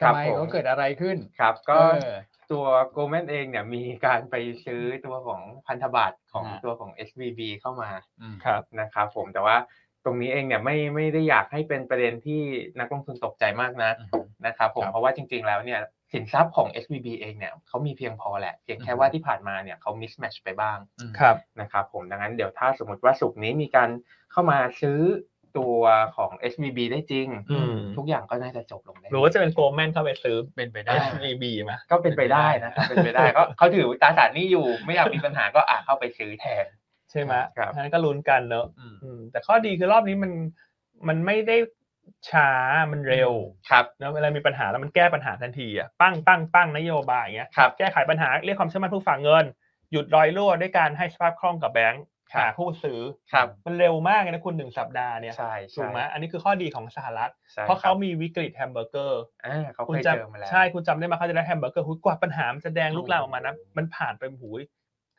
ครั ทำ บ ไม ผม เขาเกิดอะไรขึ้น ครับ ก็ เออ ตัวโกลแมนเองเนี่ยมีการไปซื้อตัวของพันธบัตรของ อ่า ตัวของ SVB เข้ามา อืม ครับ นะครับผมแต่ว่าตรงนี้เองเนี่ยไม่ไม่ได้อยากให้เป็นประเด็นที่นักลงทุนตกใจมากนะนะครับผม ครับ เพราะว่าจริงๆแล้วเนี่ยสินทรัพย์ของ SVB เองเนี่ยเขามีเพียงพอแหละเพียงแค่ อืม ว่าที่ผ่านมาเนี่ยเขา mismatch ไปบ้าง อืม ครับ นะครับผมดังนั้นเดี๋ยวถ้าสมมติว่าสุกร์นี้มีการเข้ามาซื้อตัวของ SVB ได้จริง อืม ทุกอย่างก็น่าจะจบลงได้ หรือว่าจะเป็นโกลแมนเข้าไปซื้อ เป็นไปได้ SVB ไหม ก็เป็นไปได้ นะครับเป็นไปได้ก็เขาถือตราสารหนี้อยู่ ไม่อยากมีปัญหาก็อ่ะเข้าไปซื้อแทน ใช่ไหม ครับ อันนั้นก็ลุ้นกันเนอะ อืม อืมแต่ข้อดีคือรอบนี้มันมันไม่ได้ช้ามันเร็ว ครับ นะเวลามีปัญหาแล้วมันแก้ปัญหาทันทีอ่ะปั้งปั้งปั้งนโยบายอย่างเงี้ย ครับ แก้ไขปัญหาเรียกความเชื่อมั่นผู้ฝากเงิน หยุดรอยรั่วด้วยการให้สภาพคล่องกับแบงค์ ครับ หาผู้ซื้อ ครับ มันเร็วมากเลยนะคุณหนึ่งสัปดาห์เนี่ย ใช่ ถู ใช่ กไหมอันนี้คือข้อดีของสหรัฐ ใช่ เพราะ ครั เขา บ มีวิกฤตแฮมเบอร์เกอร์ อ่าเขา คุ เค ณ ย จ เจอมาแล้ว ำใช่คุณจำได้ไหมเขาจะได้แฮมเบอร์เกอร์หุ้ยกว่าปัญหามันจะแดงลุกลามออกมานะมันผ่านไปหูย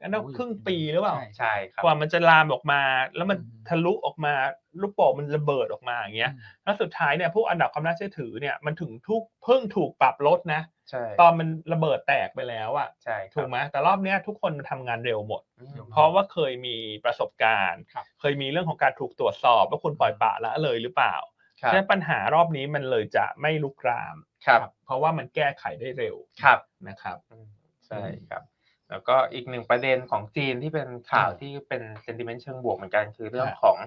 อันนั้น โอ้ย ครึ่งปีหรือเปล่า ใช่ ใช่ครับ กว่ามันจะลามออกมา แล้วมัน อืม ทะลุออกมาลูกโป่งมันระเบิดออกมาอย่างเงี้ย แล้วสุดท้ายเนี่ยพวกอันดับความน่าเชื่อถือเนี่ยมันถึงทุกเพิ่งถูกปรับลดนะ ใช่ ตอนมันระเบิดแตกไปแล้วอะ ใช่ ถูกไหมแต่รอบเนี้ยทุกคนมันทำงานเร็วหมด อืม เพราะว่าเคยมีประสบการณ์ ครับ เคยมีเรื่องของการถูกตรวจสอบว่าคุณปล่อยปละละเลยหรือเปล่า ครั ฉะ บ นั้นปัญหารอบนี้มันเลยจะไม่ลุกราม ครับ เพราะว่ามันแก้ไขได้เร็ว ครับ นะครับ อืมใช่ครับ แล้วก็อีกหนึ่งประเด็นของจีนที่เป็นข่าว อืม ที่เป็น sentiment เชิงบวกเหมือนกันคือเรื่อง ฮะ ของ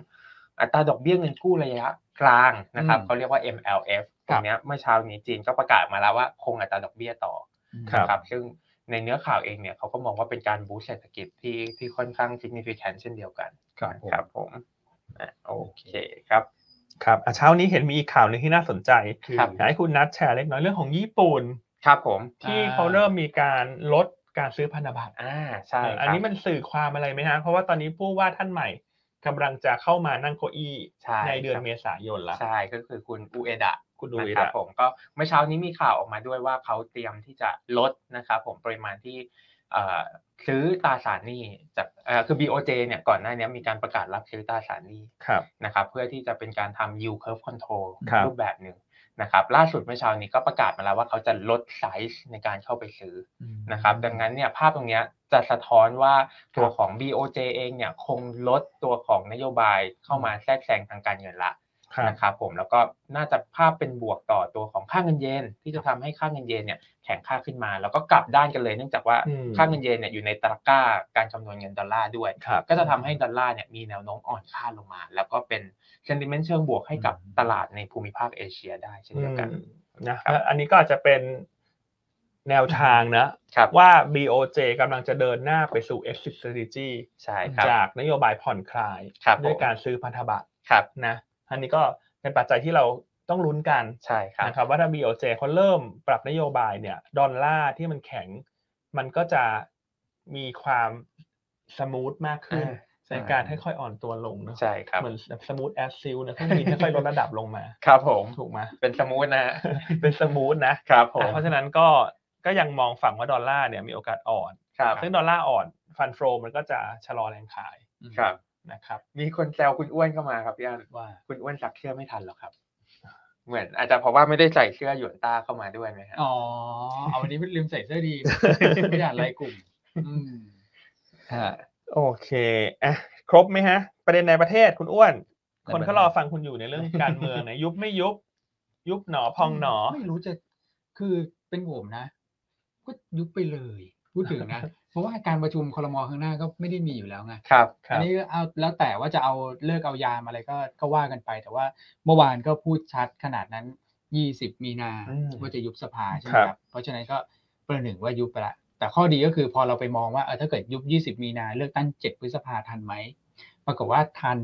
อัตราดอกเบี้ยเงินกู้ระยะกลางนะครับ อืม เขาเรียกว่า MLF ต ครับรงเนี้ยเมื่อเช้านี้จีนก็ประกาศมาแล้วว่าคงอัตราดอกเบี้ยต่อ ครับ ครับซึ่งในเนื้อข่าวเองเนี่ยเขาก็มองว่าเป็นการบูสต์เศรษฐกิจที่ที่ค่อนข้าง significant เช่นเดียวกัน ครับผม ครับผมอ่ะโอเคครับ ครับอ่ะเช้านี้เห็นมีอีกข่าวหนึ่งที่น่าสนใจ คือ ครับ อยากให้คุณนัทแชร์เล็กน้อยเรื่องของญี่ปุ่น ครับผม ที่ อ่า เขาเริ่มมีการลดการซื้อพันธบัตร อ่าใช่ เอออัน น นี้มันสื่อความอะไรไหมฮะ เพราะว่าตอนนี้ผู้ว่าท่านใหม่กำลังจะเข้ามานั่งเก้าอี้ ใช่ ในเดือน ครับ เมษายนละ ใช่ก็คือคุณอูเอดะ คุณดู นะ อีก ครับ ละ ผมก็เมื่อเช้านี้มีข่าวออกมาด้วยว่าเขาเตรียมที่จะลดนะครับผมปริมาณที่เอ่อซื้อตราสารหนี้จากเอ่อคือ BOJ เนี่ยก่อนหน้านี้มีการประกาศรับซื้อตราสารหนี้ ครับ นะครับเพื่อที่จะเป็นการทำ yield curve control ครับ รูปแบบหนึ่งนะครับล่าสุดเมื่อเช้านี้ก็ประกาศมาแล้วว่าเขาจะลดไซส์ในการเข้าไปซื้อนะครับดังนั้นเนี่ยภาพตรงเนี้ยจะสะท้อนว่าตัวของ BOJ เองเนี่ยคงลดตัวของนโยบายเข้ามาแทรกแซงทางการเงินละ ครับ นะครับผมแล้วก็น่าจะภาพเป็นบวกต่อตัวของค่าเงินเยนที่จะทำให้ค่าเงินเยนเนี่ยแข็งค่าขึ้นมา แล้วก็กลับด้านกันเลยเนื่องจากว่า อืม ค่าเงินเยนเนี่ยอยู่ในตะกร้าการคำนวณเงินดอลลาร์ด้วย ครับ ก็จะทำให้ดอลลาร์เนี่ยมีแนวโน้มอ่อนค่าลงมา แล้วก็เป็น sentiment เชิงบวกให้กับ อืม ตลาดในภูมิภาคเอเชียได้เช่นเดียวกัน อืมนะครับ อันนี้ก็อาจจะเป็นแนวทางนะครับ ว่า BOJ กำลังจะเดินหน้าไปสู่ exit strategy ใช่ครับ จากนโยบายผ่อนคลาย ครับ ด้วย ผม การซื้อพันธบัตร ครับ นะอันนี้ก็เป็นปัจจัยที่เราต้องลุ้นกัน ใช่ครับ นะครับว่าถ้า BOJ เขาเริ่มปรับนโยบายเนี่ยดอลลาร์ที่มันแข็ง มันก็จะมีความสมูทมากขึ้น อ่า ในการค่อยๆอ่อนตัวลงเนอะ ใช่ครับ เหมือนสมูทแอสซิลนะเครื่องบินค่อยๆลดระดับลง มา ครับผม ถูกไหม เป็นสมูทนะฮะ เป็นสมูทนะครับ ผม เพราะฉะนั้นก็ก็ยังมองฝั่งว่าดอลลาร์เนี่ยมีโอกาสอ่อน ครับ ซึ่งดอลลาร์อ่อนฟันโฟมันก็จะชะลอแรงขาย ครับ นะครับ มีคนแซวคุณอ้วนเข้ามาครับพี่อัน ว่า คุณอ้วนซักเสื้อไม่ทันหรอกครับ เหมือนอาจจะเพราะว่าไม่ได้ใส่เสื้อหยวนต้าเข้ามาด้วยไหมฮะ อ๋อ เอาวันนี้ลืมใส่เสื้อดี ไม่ได้อ่านไลน์กลุ่ม อืม ฮะ โอเคอ่ะครบไหมฮะ ประเด็นในประเทศคุณอ้วน ในประเทศ คนเขารอฟังคุณอยู่ในเรื่องการเมืองนะยุบไม่ยุบ ยุบหนอพองหนอ ไม่รู้จะคือเป็นผมนะ ก็ยุบไปเลย พูดถึงนะ เพราะว่าการประชุมคอรมอข้างหน้าก็ไม่ได้มีอยู่แล้วไง ครับ ครับ อันนี้เอาแล้วแต่ว่าจะเอาเลิกเอายามอะไรก็ก็ว่ากันไป แต่ว่าเมื่อวานก็พูดชัดขนาดนั้น 20 มีนา อืม ว่าจะยุบสภาใช่ไหม ครับ ครับ เพราะฉะนั้นก็ประหนึ่งว่ายุบไปละแต่ข้อดีก็คือพอเราไปมองว่าเออถ้าเกิดยุบ 20 มีนาเลือกตั้ง 7 พฤษภาทันไหมปรากฏว่าทัน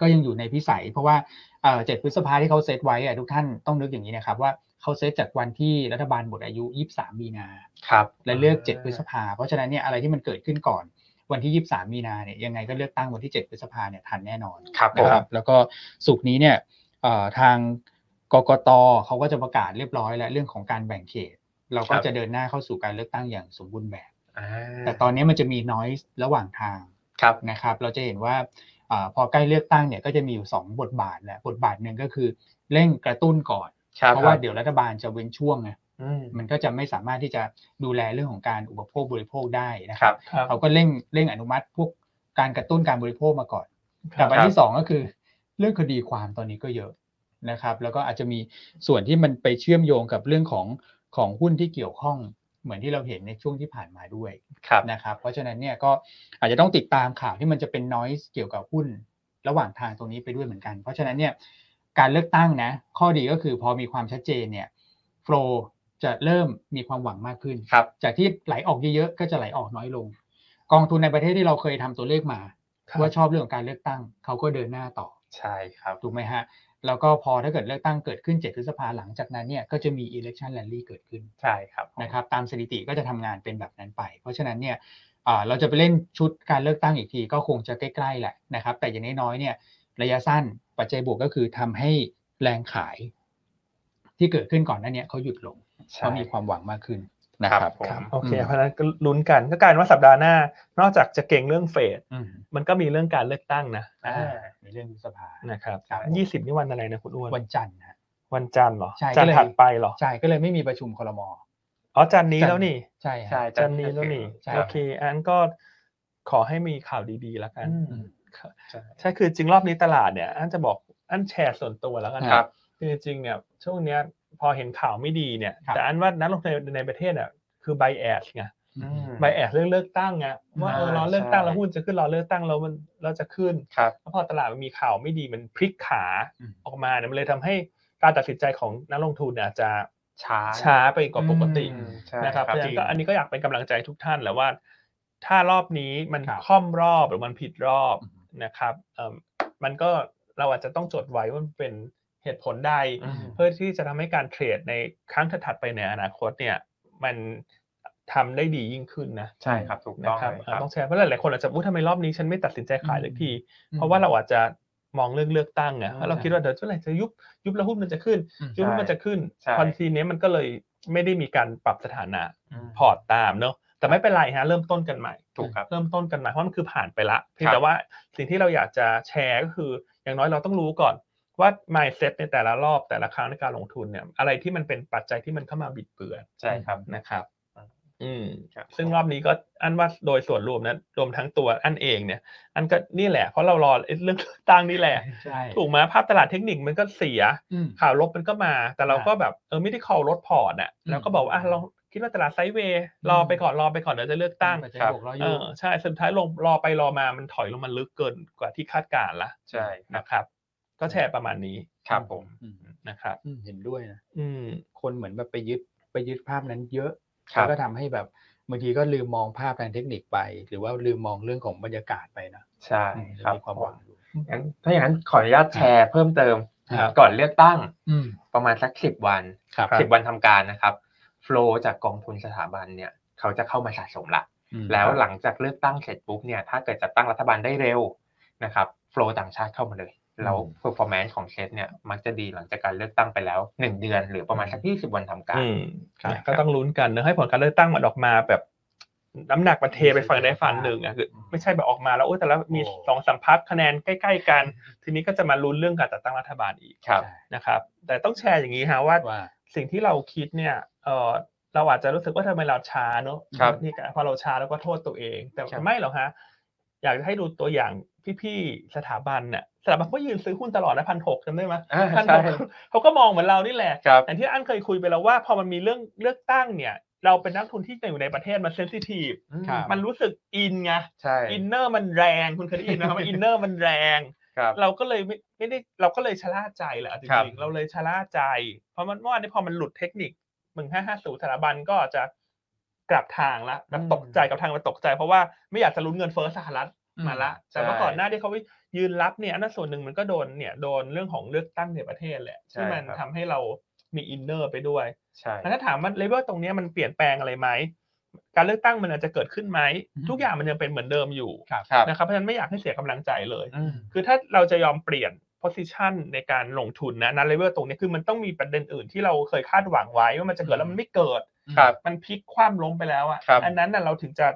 ก็ยังอยู่ในพิสัย เพราะว่าเออ7พฤษภาที่เขาเซตไว้อะทุกท่านต้องนึกอย่างนี้นะครับว่าเขาเซตจากวันที่รัฐบาลหมดอายุ 23 มีนา ครับ และเลือก 7 พฤษภา เพราะฉะนั้นเนี่ยอะไรที่มันเกิดขึ้นก่อนวันที่ 23 มีนาเนี่ยยังไงก็เลือกตั้งวันที่ 7 พฤษภาเนี่ยทันแน่นอน ครับผ นะ ม ครับแล้วก็สุกร์นี้เนี่ยเอ่อทางกกตเขาก็จะประกาศเรียบร้อยแล้วเรื่องของการแบ่งเขต เราก็จะเดินหน้าเข้าสู่การเลือกตั้งอย่างสมบูรณ์แบบ อ่า แต่ตอนนี้มันจะมีน้อยระหว่างทาง ครับ นะครับเราจะเห็นว่าเอ่อพอใกล้เลือกตั้งเนี่ยก็จะมีอยู่ 2 บทบาทแหละบทบาทหนึ่งก็คือเร่งกระตุ้นก่อน ครับ เพราะว่าเดี๋ยวรัฐบาลจะเว้นช่วงไง อืม มันก็จะไม่สามารถที่จะดูแลเรื่องของการอุปโภคบริโภคได้นะ ค ครัรับ บ ครับ เขาก็เร่งเร่งอนุมัติพวกการกระตุ้นการบริโภคมาก่อน ครั กั บบ อันที่สองก็คือ เรื่องคดีความตอนนี้ก็เยอะนะครับ แล้วก็อาจจะมีส่วนที่มันไปเชื่อมโยงกับเรื่องของของหุ้นที่เกี่ยวข้องเหมือนที่เราเห็นในช่วงที่ผ่านมาด้วย ครับ นะครับ เพราะฉะนั้นเนี่ยก็อาจจะต้องติดตามข่าวที่มันจะเป็นน้อยเกี่ยวกับหุ้นระหว่างทางตรงนี้ไปด้วยเหมือนกัน เพราะฉะนั้นเนี่ยการเลือกตั้งนะ ข้อดีก็คือพอมีความชัดเจนเนี่ยโฟลจะเริ่มมีความหวังมากขึ้น ครับ จากที่ไหลออกเยอะๆ ก็จะไหลออกน้อยลง กองทุนในประเทศที่เราเคยทำตัวเลขมา ครับ ว่าชอบเรื่องของการเลือกตั้ง เขาก็เดินหน้าต่อ ใช่ครับ ถูกไหมฮะ แล้วก็พอถ้าเกิดเลือกตั้งเกิดขึ้น 7 พฤษภาหลังจากนั้นเนี่ยก็จะมี election rally เกิดขึ้น ใช่ครับผม นะครับตามสถิติก็จะทำงานเป็นแบบนั้นไป เพราะฉะนั้นเนี่ยอ่าเราจะไปเล่นชุดการเลือกตั้งอีกทีก็คงจะใกล้ๆแหละนะครับแต่อย่างน้อยๆเนี่ยระยะสั้นปัจจัยบวกก็คือทำให้แรงขาย ที่เกิดขึ้นก่อนหน้าเนี้เขาหยุดลง ใช่ เขาะมีความหวังมากขึ้น นะครับ ผม ครับโอเคเพราะฉะนั้นก็ลุ้นกันก็กลารว่าสัปดาห์หน้า นอกจากจะเก่งเรื่องเฟด อืม มันก็มีเรื่องการเลือกตั้งนะ อ่า ในเรื่องสภา นะครับ ครับ ยี่สิบนี่วันอะไรนะคุณอ้วน วันจันทร์นะ วันจันทร์เหรอ ใช่ จันท ก็เล ร์ ย ถัดไปเหรอ ใช่ก็เลยไม่มีประชุมคลม อ๋อจันทร์นี้ จันทร์ แล้วนี่ ใช่ฮะ ใช่ จันทร์นี้แล้วนี่ ใช่ โอเคอันก็ขอให้มีข่าวดีๆแล้วกัน อืม อืม ใช่ ใช่คือจริงรอบนี้ตลาดเนี่ยอันจะบอกอันแชร์ส่วนตัวแล้วกันนะครับ คือจริงเนี่ยช่วงเนี้ยพอเห็นข่าวไม่ดีเนี่ย ครับ แต่อันว่านักลงทุนในประเทศอ่ะคือไบแอสไง อืม ไบแอสเรื่องเลือกตั้งไงว่าเออรอเลือกตั้งแล้วหุ้นจะขึ้นรอเลือกตั้งแล้วมันเราจะขึ้น ครับ แล้วพอตลาดมันมีข่าวไม่ดีมันพลิกขา อืม ออกมาเนี่ยมันเลยทำให้การตัดสินใจของนักลงทุนเนี่ยจะ ช้า ช้าไปกว่าปกติ อืมใช่ นะครับเพราะฉะ จ นั้ ริ น ง ก็อันนี้ก็อยากเป็นกำลังใจทุกท่านแหละว่า ถ้ารอบนี้มัน ครับ ค่อมรอบหรือมันผิดรอบ อือฮึ นะครับเอิ่มมันก็เราอาจจะต้องจดไว้ว่ามันเป็นเหตุผลใด อืม เพื่อที่จะทำให้การเทรดในครั้งถัดๆไปในอนาคตเนี่ยมันทำได้ดียิ่งขึ้นนะ ใช่ครับถูก นะ ต้อง ครับ เลย เอ่อครับ ต้องแชร์เพราะหลายๆคนอาจจะอู้ทำไมรอบนี้ฉันไม่ตัดสินใจขาย อืม สักที เพราะว่าเราอาจจะมองเรื่องเลือกตั้งไง อืม เพราะเราคิดว่าเดี๋ยวเมื่อไหร่จะยุบยุบแล้วหุ้นมันจะขึ้น อืม ยุบแล้วมันจะขึ้น ใช่ คอนซีเนี้ยมันก็เลยไม่ได้มีการปรับสถานะ ม พอร์ตตามเนอะแต่ไม่เป็นไรฮะเริ่มต้นกันใหม่ ถูกครับ เริ่มต้นกันใหม่เพราะมันคือผ่านไปละเพียงแต่ว่าสิ่งที่เราอยากจะแชร์ก็คือ อย่างน้อยเราต้องรู้ก่อนว่า mindset ในแต่ละรอบแต่ละครั้งในการลงทุนเนี่ย อะไรที่มันเป็นปัจจัยที่มันเข้ามาบิดเบือน ใช่ครับ นะครับ อืม ครับ ซึ่งรอบนี้ก็อันว่าโดยส่วนรวมนะรวมทั้งตัวอันเองเนี่ย อันก็นี่แหละเพราะเรารอไอ้เรื่องเลื อกตั้งนี่แหละ ใช่ ถูกไหมภาพตลาดเทคนิคมันก็เสีย อืม ข่าวลบมันก็มา แต่เราก็แบบเออไม่ได้คอลดพอร์ตอ่ะ อืม เราก็บอกว่าอ่ะเราคิดว่าตลาดไซด์เวย์รอไปก่อนรอไปก่อนเดี๋ยวจะเลือกตั้ง ปัจจัย ครับ บวกรออยู่ เออใช่สุดท้ายลงรอไปรอมามันถอยลงมาลึกเกินกว่าที่คาดการณ์ละ ใช่ครับ นะครับ ก็แชร์ประมาณนี้ ครับผม อืม นะครับ อืมเห็นด้วยนะ อืม คนเหมือนแบบไปยึดไปยึดภาพนั้นเยอะ ครั แล้วบก็ทำให้แบบบางทีก็ลืมมองภาพทางเทคนิคไป หรือว่าลืมมองเรื่องของบรรยากาศไปนะ ใช่ อืมเลย ครับ มีความหวังอยู่ งั้นถ้าอย่างนั้นขออนุญาตแชร์เพิ่มเติม ครับ ก่อนเลือกตั้ง อืม ประมาณสักสิบวัน ครับ ครับ สิบวันทำการนะครับโฟลจากกองทุนสถาบันเนี่ย เขาจะเข้ามาสะสมละ อืม แล้วหลังจากเลือกตั้งเสร็จปุ๊บเนี่ยถ้าเกิดจัดตั้งรัฐบาลได้เร็วนะครับโฟลต่างชาติเข้ามาเลย แล้ว performance ของเซตเนี่ยมักจะดีหลังจากการเลือกตั้งไปแล้ว 1 เดือน หรือประมาณสัก20วันทำการ อืม ครับ ก็ต้องลุ้นกันเนอะให้ผลการเลือกตั้งมันออกมาแบบน้ำหนักมันเทไปฝั่งใดฝั่งหนึ่งอ่ะคือไม่ใช่แบบออกมาแล้วโอ้แต่ละมีสองสามพักคะแนนใกล้ ๆ กัน ทีนี้ก็จะมาลุ้นเรื่องการจัดตั้งรัฐบาลอีก ครับ ใช่ นะครับ แต่ต้องแชร์อย่างนี้ฮะว่า ว่า สิ่งที่เราคิดเนี่ย เออเราอาจจะรู้สึกว่าทำไมเราช้าเนอะ ครับ นี่ก็พอเราช้าแล้วก็โทษตัวเอง แต่ ครับ ไม่หรอกฮะ อยากจะให้ดูตัวอย่างพี่ๆสถาบันน่ะ สถาบันเขายืนซื้อหุ้นตลอดนะพันหกจำได้ไหม อ่า พัน ใช่ หกเขาก็มองเหมือนเรานี่แหละ ครับ แต่ที่อันเคยคุยไปแล้วว่า พอมันมีเรื่องเลือกตั้งเนี่ย เราเป็นนักทุนที่อยู่ในประเทศมันเซนซิทีฟ ครับ มันรู้สึกอินไง ใช่ อินเนอร์มันแรง คุณเคยได้ยินไหมครับว่าอินเนอร์มันแรง ครับ เราก็เลยไม่ไม่ได้เราก็เลยชะล่าใจแหละเอาจ ครับ ริงๆเราเลยชะล่าใจ เพราะมันเมื่อวานนี้พอมันหลุดเทคนิคมึงห้าห้าศูนย์สถาบันก็จะกลับทางละแบบ อืม ตกใจกับทางมันตกใจ เพราะว่าไม่อยากจะลุ้นเงินเฟ้อสหรัฐมาละ แต่เมื่อ ใช่ ก่อนหน้าที่เขายืนรับเนี่ยอันนั้นส่วนหนึ่งมันก็โดนเนี่ยโดนเรื่องของเลือกตั้งในประเทศแหละ ใช่ ที่มัน ครับ ทำให้เรามีอินเนอร์ไปด้วย ใช่ แล้วถ้าถามว่าเลเวลตรงเนี้ยมันเปลี่ยนแปลงอะไรไหมการเลือกตั้งมันอาจจะเกิดขึ้นไหม อืม ทุกอย่างมันยังเป็นเหมือนเดิมอยู่ ครับ นะครับเพราะฉะนั้นไม่อยากให้เสียกำลังใจเลย อืม คือถ้าเราจะยอมเปลี่ยน position ในการลงทุนนะนะเลเวลตรงนี้คือมันต้องมีประเด็นอื่นที่เราเคยคาดหวังไว้ว่ามันจะเกิดแล้วมันไม่เกิด ครับ มันพลิกคว่ำล้มไปแล้วอ่ะ ครับ อันนั้นน่ะเราถึงจะ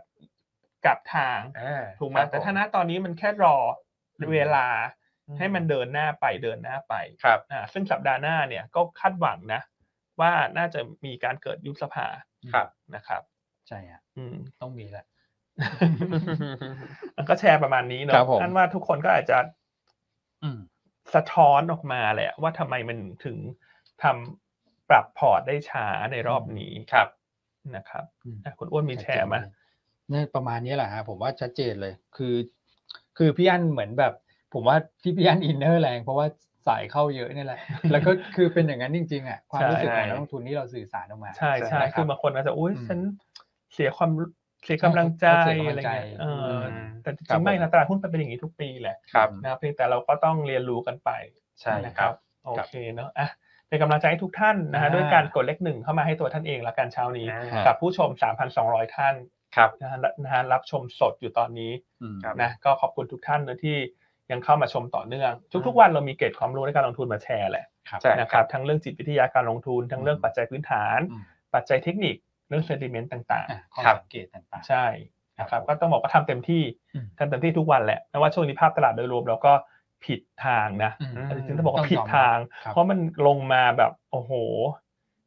กลับทาง อ่า ถูกไหม ครับ แต่ ผ ถ้าณตอนนี้มันแค่รอเวลาให้มันเดินหน้าไปเดินหน้าไป ครับ อ่าซึ่งสัปดาห์หน้าเนี่ยก็คาดหวังนะ ว่าน่าจะมีการเกิดยุบสภา ครับ นะครับ ใช่ฮะ อืม ต้องมีแหละ มันก็แชร์ประมาณนี้เน ครับผ อะ ม นั่นว่าทุกคนก็อาจจะ อืม สะท้อนออกมาแหละว่าทำไมมันถึงทำปรับพอร์ตได้ช้าในรอบนี้ ครับ นะครับ อืม อ่ะคุณอ้วนมีแชร์ไหม เนี่ยประมาณนี้แหละฮะผมว่าชัดเจนเลย คือ คือพี่อันเหมือนแบบ ผมว่าที่พี่อันอินเนอร์แรง เพราะว่าสายเข้าเยอะนี่แหละ แล้วก็คือเป็นอย่างนั้นจริงๆอ่ะความรู้สึกของนักลงทุนที่เราสื่อสารออกมา ใช่ ใช่ ใช่ ครับ คือบางคนอาจจะอุ้ย อืม ฉันเสียความเสียกำลังใจ เสียกำลังใจ อะไรเงี้ยเอออ ม แต่จริ ครับ งๆไม่นะตลาดหุ้นมันเป็นอย่างนี้ทุกปีแหละ ครับ นะครับเพียงแต่เราก็ต้องเรียนรู้กันไป ใช่ นะ ค ค รั รับ บโอเคเนอะอ่ะเป็นกำลังใจให้ทุกท่านนะฮะ อ่า ด้วยการกดเลขหนึ่งเข้ามาให้ตัวท่านเองละกันเช้านี้ อ่า ครับ กับผู้ชม 3,200 ท่าน ครับ นะฮะนะฮะรับชมสดอยู่ตอนนี้ อืม ครับ นะก็ขอบคุณทุกท่านนะที่ยังเข้ามาชมต่อเนื่อง ทุกๆวันเรามีเกร็ดความรู้ในการลงทุนมาแชร์แหละ ใช่ นะครับทั้งเรื่องจิตวิทยาการลงทุน ทั้งเรื่อง อืม ปัจจัยพื้นฐาน อืม ปัจจัยเทคนิค เรื่องเซนติเมนต์ต่าง อ่ะข้อ ครับ สังเกตต่าง ๆ ใช่นะครับก็ต้องบอกว่าทำเต็มที่ อืม ทำเต็มที่ทุกวันแหละไม่ว่าช่วงนี้ภาพตลาดโดยรวมเราก็ผิดทางนะ ๆอืม อืม จริงๆต้องบอกว่าผิด ต้องยอมรับ ทาง ครับ เพราะมันลงมาแบบโอ้โห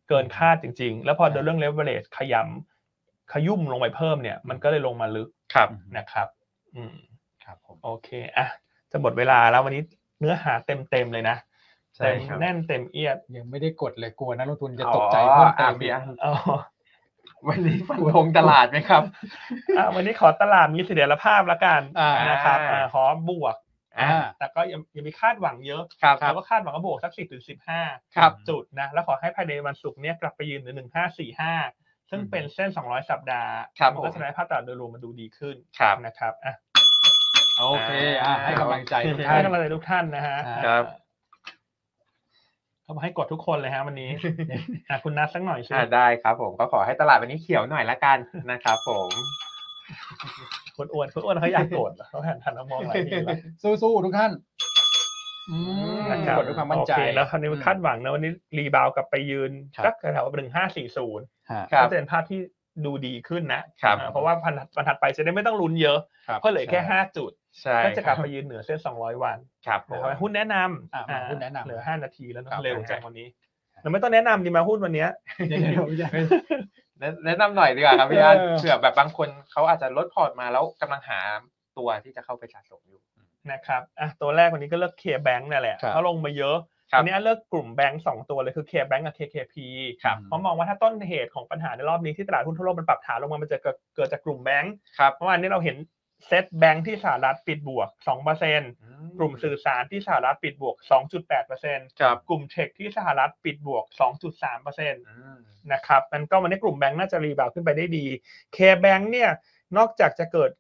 เกินคาดจริง ๆ แล้วพอ ใช่ เดินเรื่องเลเวอเรจขยำขยุ่มลงไปเพิ่มเนี่ย มันก็เลยลงมาลึก ครับ นะครับ อืม ครับผม โอเคอ่ะจะหมดเวลาแล้ววันนี้เนื้อหาเต็มๆเลยนะ ใช่ เต็ม ครับ แน่นเต็มเอียด ยังไม่ได้กดเลยกลัวนักลงทุนจะตกใจเพิ่มเติม อ๋ออ่ะพี่อัน อ๋อ วันนี้ฟันธงตลาดไหมครับ อ่ะวันนี้ขอตลาดมีเสถียรภาพละกัน อ่า นะครับ อ่า อ่าขอบวก อ่า แต่ก็ยังยังมีคาดหวังเยอะ ครับ เราก็คาดหวังว่าบวกสักสิบถึงสิบห้า ครับ จุดนะแล้วขอให้ภายในวันศุกร์เนี้ยกลับไปยืนเหนือหนึ่งห้าสี่ห้าซึ่งเป็นเส้น 200 สัปดาห์ ครับ มันก็ ผม แสดงให้ภาพตลาดโดยรวมมันดูดีขึ้น ครับ นะครับอ่ะ โอเคอ่ะให้กำลังใจทุกท่า ให้ น กำลังใจทุกท่านนะฮะ ครับ เขาบอกให้กดทุกคนเลยฮะวัน นี้อ่ะคุณนัทสักหน่อยสิ อ่าได้ครับผมก็ขอให้ตลาดวันนี้เขียวหน่อยละกัน นะครับผม คุณอ้วนคุณอ้วนเขาอยากกดเหรอเขาหันหันมามองหลายทีแล้ว สู้ๆทุกท่านอืม นะค รั รั บบ กดด้วยความมั่นใจ โอเคแล้วคราวนี้ อืม คาดหวังนะวันนี้รีบาวกลับไปยืน ครับ สัก็แถวหนึ่งห้าสี่ศูนย์ ฮะ ครับ ก็จะเป็นภาพที่ดูดีขึ้นนะครับ อ่าเพราะว่าพันถัดพันถัดไปจะได้ไม่ต้องลุ้นเยอะ ครับ เพราะเหลือแค่ห้าจุด ใช่ ก็จะกลับไปยืนเหนือเส้น 200 วัน ครับผม นะครับหุ้นแนะนำ อ่ะมาหุ้นแนะนำ เหลือ 5 นาทีแล้วนะครับ เร็วจัง โอเค วันนี้เราไม่ต้องแนะนำดีมาหุ้นวันเนี้ย เดี๋ยวๆๆ แนะแนะนำหน่อยดีกว่าครับพี่อัน เออ เผื่อแบบบางคนเขาอาจจะลดพอร์ตมาแล้วกำลังหาตัวที่จะเข้าไปสะสมอยู่ นะครับอ่ะตัวแรกวันนี้ก็เลือก KBank นั่นแหละ ครับ เขาลงมาเยอะ ครับ วันนี้เลือกกลุ่มแบงก์สองตัวเลยคือ KBank กับ KKP ครับ เพราะมองว่าถ้าต้นเหตุของปัญหาในรอบนี้ที่ตลาดหุ้นทั่วโลกมันปรับฐานลงมามันจะเกิดเกิดจากกลุ่มแบงก์ ครับ เมื่อวานนี้เราเห็นเซตแบงก์ที่สหรัฐปิดบวก 2%กลุ่มสื่อสารที่สหรัฐปิดบวก 2.8% ครับ กลุ่มเทคที่สหรัฐปิดบวก 2.3% อืม นะครับมันก็วันนี้กลุ่มแบงก์น่าจะรีบาวด์ขึ้นไปได้ดี เคแบงก์เนี่ยนอกจากจะเกิด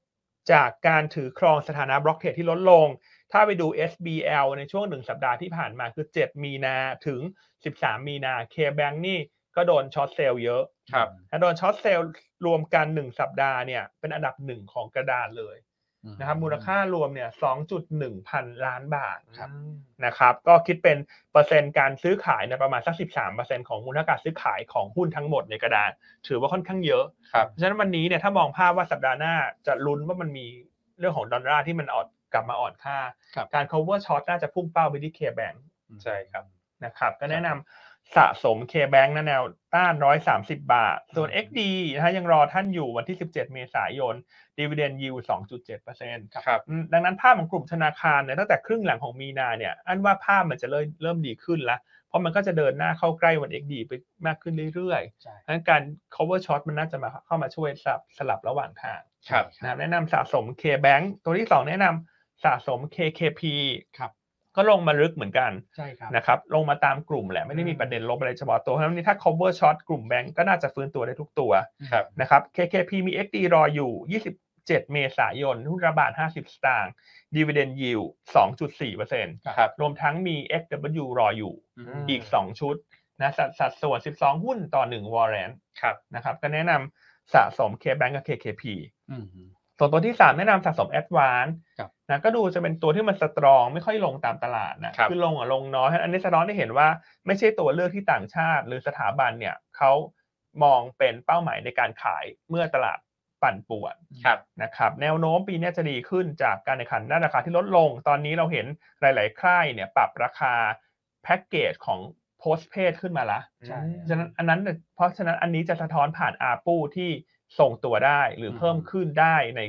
จากการถือครองสถานะบล็อกเทรดที่ลดลง ถ้าไปดู SBL ในช่วงหนึ่งสัปดาห์ที่ผ่านมาคือ 7 มีนาถึง 13 มีนา KBank นี่ก็โดนช็อตเซลล์เยอะ ครับ ถ้าโดนช็อตเซลล์รวมกัน 1 สัปดาห์เนี่ยเป็นอันดับหนึ่งของกระดานเลยนะครับมูลค่ารวมเนี่ย 2.1 พันล้านบาท ครับ อืม นะครับก็คิดเป็นเปอร์เซ็นต์การซื้อขายเนยประมาณสัก 13%ของมูลค่าการซื้อขายของหุ้นทั้งหมดในกระดาน ถือว่าค่อนข้างเยอะ ครับ เพราะฉะนั้นวันนี้เนี่ยถ้ามองภาพว่าสัปดาห์หน้าจะลุ้นว่ามันมีเรื่องของดอลลาร์ที่มันอ่อนกลับมาอ่อนค่า ครับ การ cover short น่าจะพุ่งเป้าไปที่ KBank ใช่ครับ นะครับก็แนะนำสะสม KBank นะแนวต้าน 130 บาท ส่วน XD นะฮะยังรอท่านอยู่วันที่ 17 เมษายน Dividend Yield 2.7% ครับ อืมดังนั้นภาพของกลุ่มธนาคารเนี่ยตั้งแต่ครึ่งหลังของมีนาเนี่ยอันว่าภาพมันจะเริ่มเริ่มดีขึ้นละเพราะมันก็จะเดินหน้าเข้าใกล้วัน XD ไปมากขึ้นเรื่อย ใช่ ๆงั้นการ cover short มันน่าจะมาเข้ามาช่วยสลับสลับระหว่างทาง ครับ นะครับแนะนำสะสม KBank ตัวที่ 2 แนะนำสะสม KKP ครับ ก็ลงมาลึกเหมือนกัน ใช่ครับ นะครับลงมาตามกลุ่มแหละไม่ได้มีประเด็นลบอะไรเฉพาะตัวเพราะฉะนั้นวันนี้ถ้า cover short กลุ่มแบงก์ก็น่าจะฟื้นตัวได้ทุกตัว ครับ นะครับ KKP มี XD รออยู่ 27 เมษายนหุ้นระบาท 50 สตางค์ Dividend Yield 2.4% ครับ รวมทั้งมี XW รออยู่ ม อีก 2 ชุดนะสัดสัดส่วน 12 หุ้นต่อ 1 วอร์เรน ครับ นะครับก็แนะนำสะสม KBank กับ KKP อืม ส่วนตัวที่ 3 แนะนำสะสม Advance ครับ นะก็ดูจะเป็นตัวที่มันสตรอง ไม่ค่อยลงตามตลาดนะครับ อลงอ่ะลงน้อยอันนี้สะท้อนได้เห็นว่าไม่ใช่ตัวเลือกที่ต่างชาติ หรือสถาบันเนี่ยเขามองเป็นเป้าหมายในการขายเมื่อตลาดปั่นป่วน ครับ นะครับแนวโน้มปีเนี้ยจะดีขึ้นจากการแข่งขันด้านราคาที่ลดลง ตอนนี้เราเห็นหลาย ๆ ค่ายเนี่ยปรับราคาแพ็กเกจของโพสเพดขึ้นมาละ ใช่ ฉะนั้นอันนั้นเนี่ยเพราะฉะนั้นอันนี้จะสะท้อนผ่านอาปูที่ส่งตัวได้หรือ อืม เพิ่มขึ้นได้ใน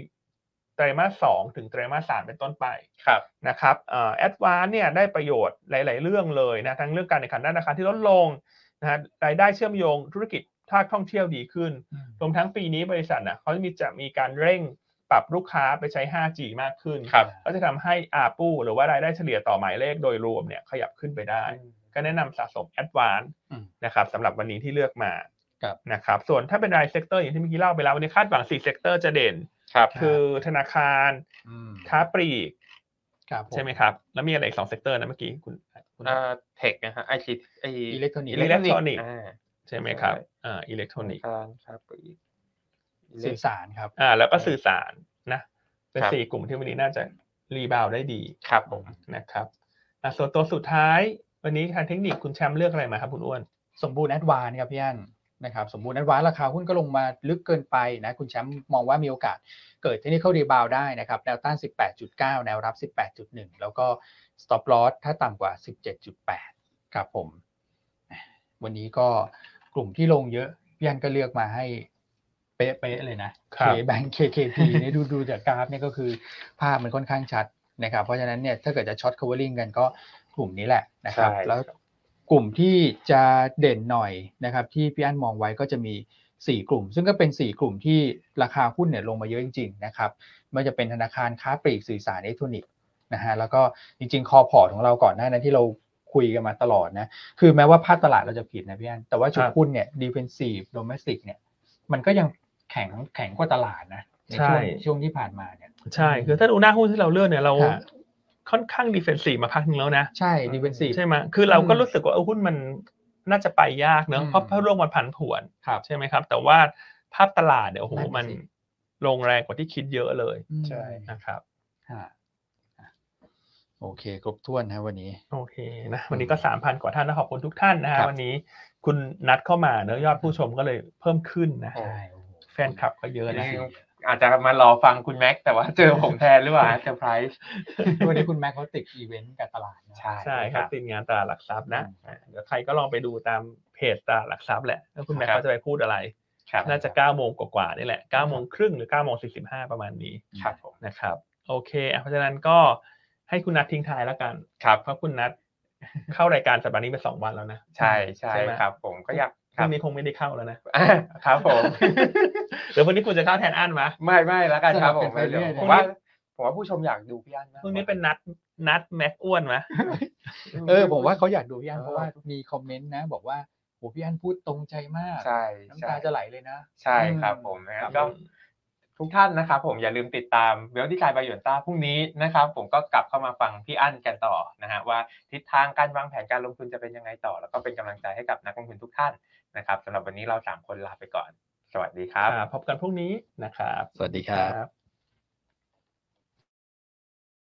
ไตรมาสสองถึงไตรมาสสามเป็นต้นไป ครับ นะครับแอดวานเนี่ยได้ประโยชน์หลาย ๆ เรื่องเลยนะทั้งเรื่องการแข่งขันด้านราคาที่ลดลงนะฮะรายได้เชื่อมโยงธุรกิจภาคท่องเที่ยวดีขึ้น รวมทั้งปีนี้บริษัทนะเขาจะมีจะมีการเร่งปรับลูกค้าไปใช้ 5G มากขึ้น ครับ ก็จะทำให้อาปูหรือว่ารายได้เฉลี่ยต่อหมายเลขโดยรวมเนี่ยขยับขึ้นไปได้ ก็แนะนำสะสมแอดวาน อืม นะครับสำหรับวันนี้ที่เลือกมา ครับ นะครับส่วนถ้าเป็นรายเซกเตอร์อย่างที่เมื่อกี้เล่าไปแล้ว วันนี้คาดหวัง 4 เซกเตอร์จะเด่น ครับ คือธนาคาร อืม ค้าปลีก ครับผ ใช่ไหมครับ แล้วมีอะไรอีกสองเซกเตอร์นะเมื่อกี้คุณคุณ เอ่อเทคนะฮะไอซีไอ อิเล็กทรอนิกส์ อิเล็กทรอนิกส์ อ่า ใช่ไหมครับ ใช่ อ่าอิเล็กทรอนิกส์ การครับอิเล็ สื่ ก อสารครับ อ่าแล้วก็สื่อสารนะเป็น ครับ สี่กลุ่มที่วันนี้น่าจะรีบาวได้ดี ครับผม นะครับอ่ะส่วนตัวสุดท้าย วันนี้ทางเทคนิคคุณแชมป์เลือกอะไรมาครับคุณอ้วน สมบูรณ์แอดวานครับพี่อัน นะครับสมบูรณ์นั้นว้าราคาหุ้นก็ลงมาลึกเกินไปนะคุณแชมป์มองว่ามีโอกาสเกิดเทคนิครีบาวได้นะครับแนวต้าน 18.9 แนวรับ 18.1 แล้วก็ stop loss ถ้าต่ำกว่า 17.8 ครับผม วันนี้ก็กลุ่มที่ลงเยอะพี่อันก็เลือกมาให้เป๊ะๆเลยนะ ครับ K Bank KKP เนี่ยดูดูจากกราฟเนี่ยก็คือภาพมันค่อนข้างชัดนะครับเพราะฉะนั้นเนี่ยถ้าเกิดจะช็อต covering กันก็กลุ่มนี้แหละนะครับ ใช่ แล้วกลุ่มที่จะเด่นหน่อยนะครับที่พี่อันมองไว้ก็จะมี 4 กลุ่ม ซึ่งก็เป็น 4 กลุ่มที่ราคาหุ้นเนี่ยลงมาเยอะจริงๆนะครับไม่ว่าจะเป็นธนาคารค้าปลีกสื่อสารอิเล็กทรอนิกส์นะฮะแล้วก็จริงๆคอพอร์ตของเราก่อนหน้านั้นที่เราคุยกันมาตลอดนะคือแม้ว่าภาพตลาดเราจะผิดนะพี่อันแต่ว่าชุด ครับ หุ้นเนี่ยดีเฟนซีฟโดเมสติกเนี่ย มันก็ยังแข็งแข็งกว่าตลาดนะในช่วง ใช่ ช่วงที่ผ่านมาเนี่ย ใช่คือถ้าดูหน้าหุ้นที่เราเลือกเนี่ยเรา ครับ ค่อนข้างดีเฟนซีมาพักหนึงแล้วนะ ใช่ดีเวนซีฟ ใช่ไหมคือเราก็ อืม รู้สึกว่าเออหุ้นมันน่าจะไปยากเนอะ อืม เพราะเพราะโลกมันผันผวน ครับ ใช่ไหมครับ แต่ว่าภาพตลาดเนี่ยโอ้โห นั่นน่ะ มัน สิ ลงแรงกว่าที่คิดเยอะเลย ใช่ นะครับ ฮะโอเค ครบถ้วนนะวันนี้ โอเคนะวันนี้ก็สามพันกว่าท่านนะขอบคุณทุกท่านนะ ค ฮะ รับ วันนี้คุณนัดเข้ามาเนอะยอดผู้ชมก็เลยเพิ่มขึ้นนะ โอ้ โอ้โห แฟนคลับก็เยอะนะ จริง อาจจะมารอฟังคุณแม็กซ์แต่ว่าเจอผมแทนหรือเปล่าเซอร์ไพรส์ วันนี้คุณแม็กเขาติดอีเวนต์กับตลาดนะ ใช่ครับทีมงานตลาดหลักทรัพย์นะอ่าเดี๋ยวใครก็ลองไปดูตามเพจตลาดหลักทรัพย์แหละแล้วคุณแม่ ครับ เขาจะไปพูดอะไร ครับ น่าจะ9โมงกว่าๆนี่แหละ9โมงครึ่งหรือ9โมง45 ประมาณนี้ ครับผม นะครับ โอเคอ่ะเพราะฉะนั้นก็ให้คุณนัททิ้งท้ายแล้วกัน ครับ เพราะคุณนัท เข้ารายการสัปดาห์นี้ไปสองวันแล้วนะ ใช่ใช่ ไหม ครับผมก็อยาก พ ครั รุ่ บ งนี้คงไม่ได้เข้าแล้วนะ อ่าครับผม เดี๋ยววันนี้คุณจะเข้าแทนอันมะ ไม่ไม่แล้วกันครับผม สลับกันไปเรื่อย ผมว่าผมว่าผู้ชมอยากดูพี่อันมาก พรุ่งนี้เป็นนัดนัดแม็กอ้วนมะ เออผมว่าเขาอยากดูพี่อันเพราะว่ามีคอมเมนต์นะ บอกว่าโหพี่อันพูดตรงใจมาก ใช่ น้ำ ใช่ ตาจะไหลเลยนะ ใช่ครับผมนะครับก็ อืม ทุกท่านนะครับผมอย่าลืมติดตามเบลที่กายบายหยวนต้าพรุ่งนี้นะครับ ผมก็กลับเข้ามาฟังพี่อั้นกันต่อนะฮะว่าทิศทางการวางแผนการลงทุนจะเป็นยังไงต่อ แล้วก็เป็นกำลังใจให้กับนักลงทุนทุกท่านนะครับสำหรับวันนี้เราสามคนลาไปก่อน สวัสดีครับ อ่าพบกันพรุ่งนี้นะครับ สวัสดีครับ ครับ